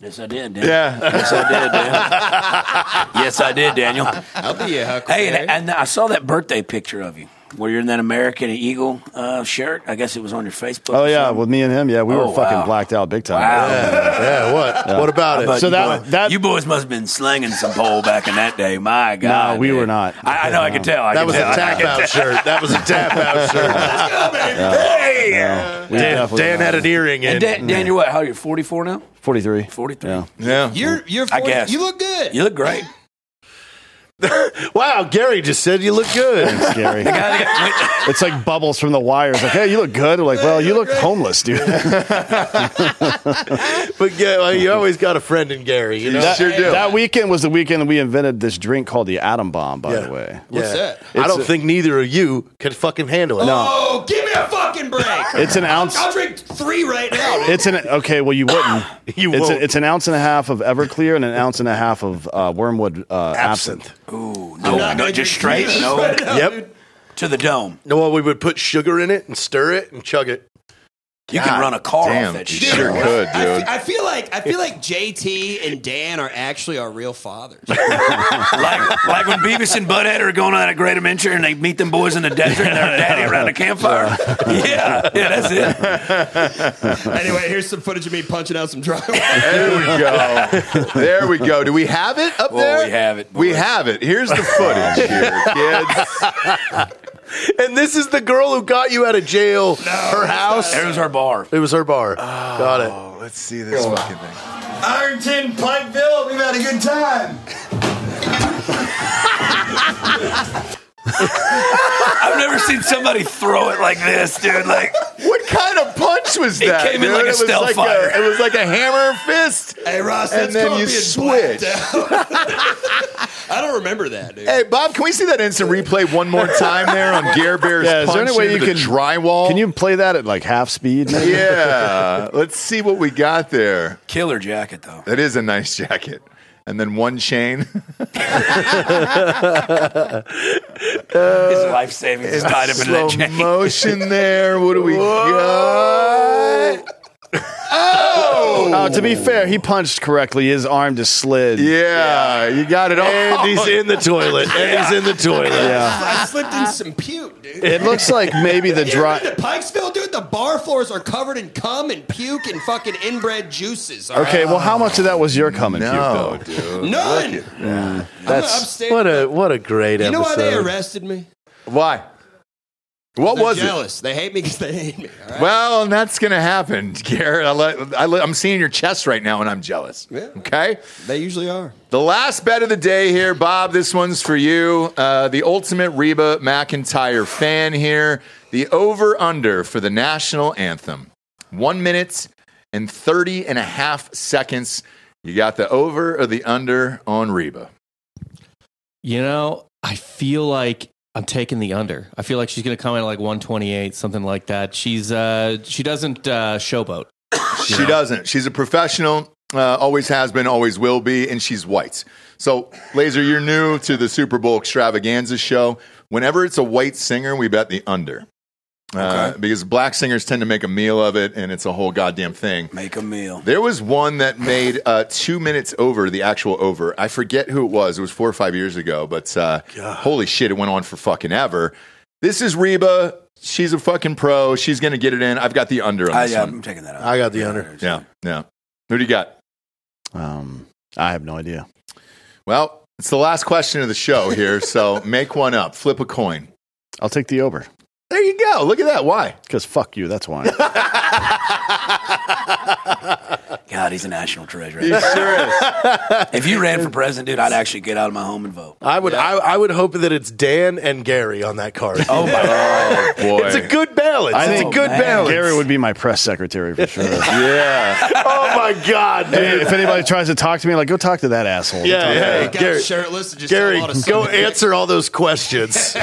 S5: Yes, I did. Dan.
S2: Yeah.
S5: Yes, I did. Dan. yes, I did, Daniel.
S7: I'll be
S5: Hey,
S7: a huckleberry.
S5: and, and I saw that birthday picture of you where you're in that American Eagle uh, shirt. I guess it was on your Facebook.
S6: Oh
S5: or
S6: yeah,
S5: something.
S6: with me and him. Yeah, we
S5: Oh,
S6: were fucking
S5: wow.
S6: blacked out big time.
S5: Wow.
S3: yeah, what? What about it?
S5: But
S6: So
S5: you
S6: that-
S5: boys,
S6: that-
S5: you boys must have been slinging some pole back in that day. My God,
S6: we
S5: dude.
S6: were not.
S5: I, I know. I could tell. I
S3: that
S5: could
S3: was a
S5: tell. I
S3: tap
S5: could
S3: out shirt. That was a tap out shirt.
S5: Hey,
S6: No, we
S3: Dan,
S6: definitely
S3: Dan
S6: not.
S3: had an earring in.
S5: And Dan, Dan, you're what? How old are you? 44 now?
S6: 43.
S5: 43.
S6: Yeah.
S2: Yeah.
S7: you're you're. 40,
S5: I guess.
S7: you look good.
S5: You look great.
S3: wow, Gary just said you look good.
S6: Scary.
S5: I think I-
S6: It's like bubbles from the wires. Like, hey, you look good. We're like, well, you look homeless, dude.
S3: but yeah, well, you always got a friend in Gary. You know.
S2: That- Sure do.
S6: That weekend was the weekend we invented this drink called the atom bomb. By
S3: Yeah.
S6: the way,
S7: What's
S3: Yeah.
S7: that?
S3: I don't think neither of you could fucking handle it.
S7: Oh, give me a fucking break.
S6: it's an ounce.
S7: I'll drink three right now. Dude.
S6: It's an okay. Well, you wouldn't.
S3: You
S6: it's,
S3: won't.
S6: A, it's an ounce and a half of Everclear and an ounce and a half of uh, wormwood uh, absinthe.
S3: Absinthe.
S5: no, no,
S7: not gonna
S5: just straight.
S7: drink this
S5: No,
S7: right now,
S3: Yep.
S7: dude.
S5: to the dome.
S3: No, well, we would put sugar in it and stir it and chug it.
S5: You can run a car off
S2: Damn,
S5: that
S2: you
S5: shit.
S2: sure could,
S7: I fe-
S2: dude.
S7: I feel like I feel like JT and Dan are actually our real fathers.
S5: like, like when Beavis and Butthead are going on a great adventure and they meet them boys in the desert and their daddy around a campfire. Yeah, yeah, that's it.
S7: anyway, here's some footage of me punching out some drywall.
S2: There we go. There we go. Do we have it up
S5: Well,
S2: there?
S5: we have it, Oh,
S2: We
S5: boys.
S2: have it. Here's the footage here, kids.
S3: And this is the girl who got you out of jail. her house.
S5: There's our bar. Oh,
S3: It was her
S7: Oh.
S3: bar. got it.
S2: Let's see this fucking thing.
S10: Ironton, Pikeville, we've had a good time.
S5: I've never seen somebody throw it like this, dude. Like,
S2: What kind of punch was
S5: It
S2: that?
S5: came in
S2: dude?
S5: like a
S2: it was
S5: stealth
S2: like
S5: fire.
S2: A, it was like a hammer and fist.
S7: hey Ross,
S2: And
S7: that's
S2: then
S7: called
S2: you
S7: being
S2: switch.
S7: blacked out. I don't remember that, dude.
S2: Hey, Bob, can we see that instant replay one more time there on Gare Bear's
S6: Yeah, is there
S2: punch
S6: any way
S2: into
S6: you
S2: the
S6: can-
S2: drywall?
S6: Can you play that at like half speed? Maybe?
S2: Yeah. Let's see what we got there.
S5: killer jacket, though.
S2: That is a nice jacket. And then one chain.
S3: Uh,
S5: His life savings is tied up in
S2: Slow
S5: that jacket.
S2: motion there. What do we got?
S6: Uh, to be fair, he punched correctly. His arm just slid.
S2: Yeah, you got it all.
S3: And he's in the toilet. And he's in the toilet.
S7: I slipped in some puke, dude.
S6: It looks like maybe the
S7: You ever
S6: dry.
S7: been to Pikesville, dude? The bar floors are covered in cum and puke and fucking inbred juices. all right?
S6: Okay, well, how much of that was your coming
S2: no,
S6: puke, though?
S2: dude.
S7: None. I'm
S3: That's
S7: upstairs.
S3: what a Uh, what a great
S7: you know why
S3: episode.
S7: they arrested me?
S2: Why? What
S7: They're
S2: was it?
S7: jealous. They hate me because they hate me. all right?
S2: Well, and that's gonna happen, Garrett. I let, I let, I'm seeing your chest right now, and I'm jealous.
S7: Yeah.
S2: Okay.
S7: They usually are.
S2: The last bet of the day here, Bob. This one's for you. Uh, the ultimate Reba McIntyre fan here. The over under for the national anthem. One minute and 30 and a half seconds. You got the over or the under on Reba?
S4: You know, I feel like I'm taking the under. I feel like she's going to come in at like 128, something like that. She's uh she doesn't uh showboat.
S2: She doesn't. She's a professional, uh, always has been, always will be, and she's white. So, Laser, you're new to the Super Bowl extravaganza show. Whenever it's a white singer, we bet the under. Uh, Because black singers tend to make a meal of it, and it's a whole goddamn thing.
S5: Make a meal.
S2: There was one that made uh, two minutes over the actual over. I forget who it was. It was four or five years ago, but uh, holy shit, it went on for fucking ever. This is Reba. She's a fucking pro. She's going to get it in. I've got the under on
S5: I, uh,
S2: this
S5: yeah,
S2: one.
S5: I'm taking that out.
S3: I got the under.
S2: Yeah, yeah. Who do you got?
S6: Um, I have no idea.
S2: Well, it's the last question of the show here, so make one up. Flip a coin.
S6: I'll take the over
S2: There you go. Look at that. Why?
S6: because fuck you. That's why.
S5: God, he's a national treasure.
S2: sure is.
S5: if you ran for president, dude, I'd actually get out of my home and vote.
S3: I would I, I would hope that it's Dan and Gary on that card.
S5: Oh my god.
S2: Boy.
S3: it's a good balance.
S6: I
S3: it's a
S6: think
S3: good
S5: man.
S3: balance.
S6: Gary would be my press secretary for sure.
S2: yeah.
S3: oh my god, dude.
S6: if anybody tries to talk to me, like go talk to that asshole.
S3: Yeah, yeah.
S7: Got
S3: Gary,
S7: shirtless and just
S3: Gary,
S7: tell all to
S3: go
S7: suck dick.
S3: answer all those questions.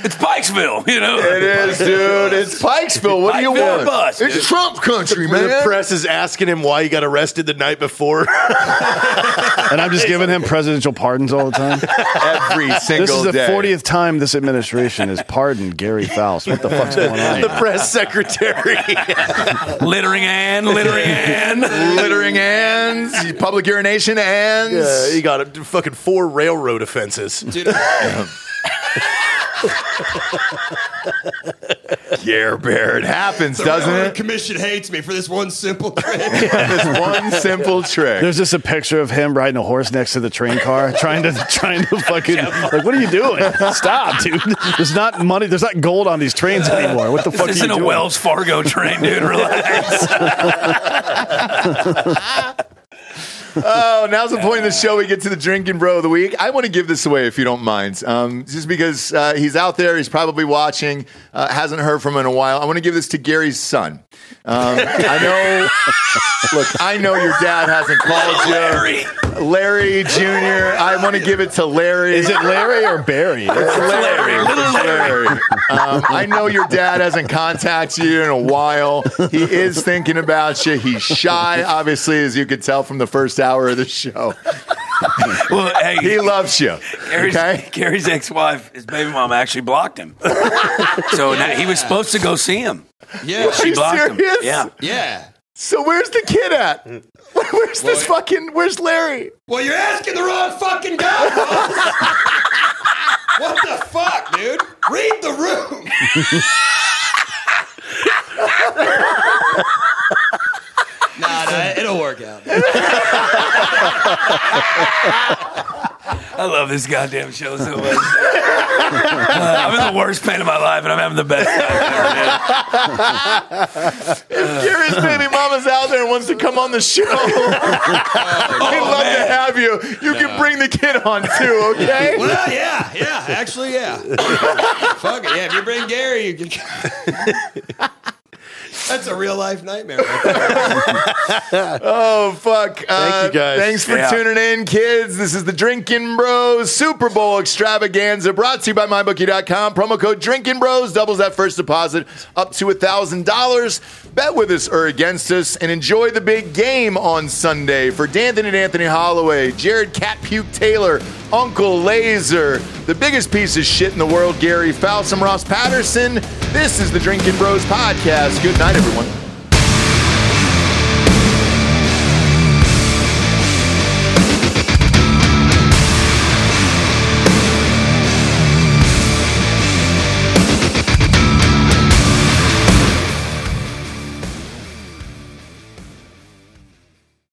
S5: It's Pikesville, you know.
S2: It is, dude. It's Pikesville. What do you
S5: Pikeville
S2: want?
S5: bus,
S2: it's
S5: dude.
S2: Trump country,
S3: the
S2: man.
S3: press is asking him why he got arrested the night before.
S6: and I'm just giving him presidential pardons all the time.
S2: Every single
S6: This is the
S2: day.
S6: 40th time this administration has pardoned Gary Faust. What the fuck's going on?
S3: the press secretary.
S5: Littering and littering and
S2: littering hands, public urination hands.
S3: yeah, he got a, fucking four railroad offenses.
S7: Dude,
S2: Yeah, Bear, it happens, doesn't
S7: the
S2: it?
S7: commission hates me for this one simple trick.
S2: this one simple trick.
S6: There's just a picture of him riding a horse next to the train car, trying to trying to fucking like, what are you doing? Stop, dude. There's not money. There's not gold on these trains anymore. What the fuck
S5: this
S6: are you
S5: isn't a
S6: doing?
S5: Wells Fargo train, dude. Relax.
S2: Oh, now's the point of the show. We get to the drinking bro of the week. I want to give this away if you don't mind, um, just because uh, he's out there. He's probably watching. Uh, hasn't heard from him in a while. I want to give this to Gary's son. Um, I know. look, I know your dad hasn't called
S5: Larry.
S2: you, Larry Junior. I want to give it to Larry.
S6: Is it Larry or Barry?
S2: It's Larry. It's Larry. Um, I know your dad hasn't contacted you in a while. He is thinking about you. He's shy, obviously, as you could tell from the first hour of the show.
S5: Well, hey,
S2: He loves you.
S5: Gary's,
S2: Okay?
S5: Gary's ex-wife, his baby mom, actually blocked him. so now he was supposed to go see him.
S7: yeah,
S5: She
S2: you
S5: blocked him.
S2: serious?
S5: Yeah.
S7: yeah.
S2: So where's the kid at? Where's this
S7: Well-
S2: fucking? Where's Larry?
S7: Well, you're asking the wrong fucking guy. boss. what the fuck, dude? Read the room. nah, nah, it'll work out.
S5: I love this goddamn show so much. Uh, I'm in the worst pain of my life, and I'm having the best time ever. dude.
S2: Gary's baby mama's out there and wants to come on the show. We'd
S6: Oh,
S2: love to have you. You can bring the kid on too. Okay.
S7: Well, yeah, yeah, actually, yeah. Fuck it, yeah. If you bring Gary, you can. That's a real life nightmare. Right there.
S2: Oh fuck! Uh,
S3: you, guys.
S2: Thanks for
S5: Yeah.
S2: tuning in, kids. This is the Drinking Bros Super Bowl Extravaganza, brought to you by MyBookie.com. Promo code Drinking Bros doubles that first deposit up to thousand dollars. Bet with us or against us, and enjoy the big game on Sunday for Danton and Anthony Holloway, Jared Catpuke Taylor, Uncle Laser, the biggest piece of shit in the world, Gary Falsum, Ross Patterson. This is the Drinking Bros podcast. Good night, everyone.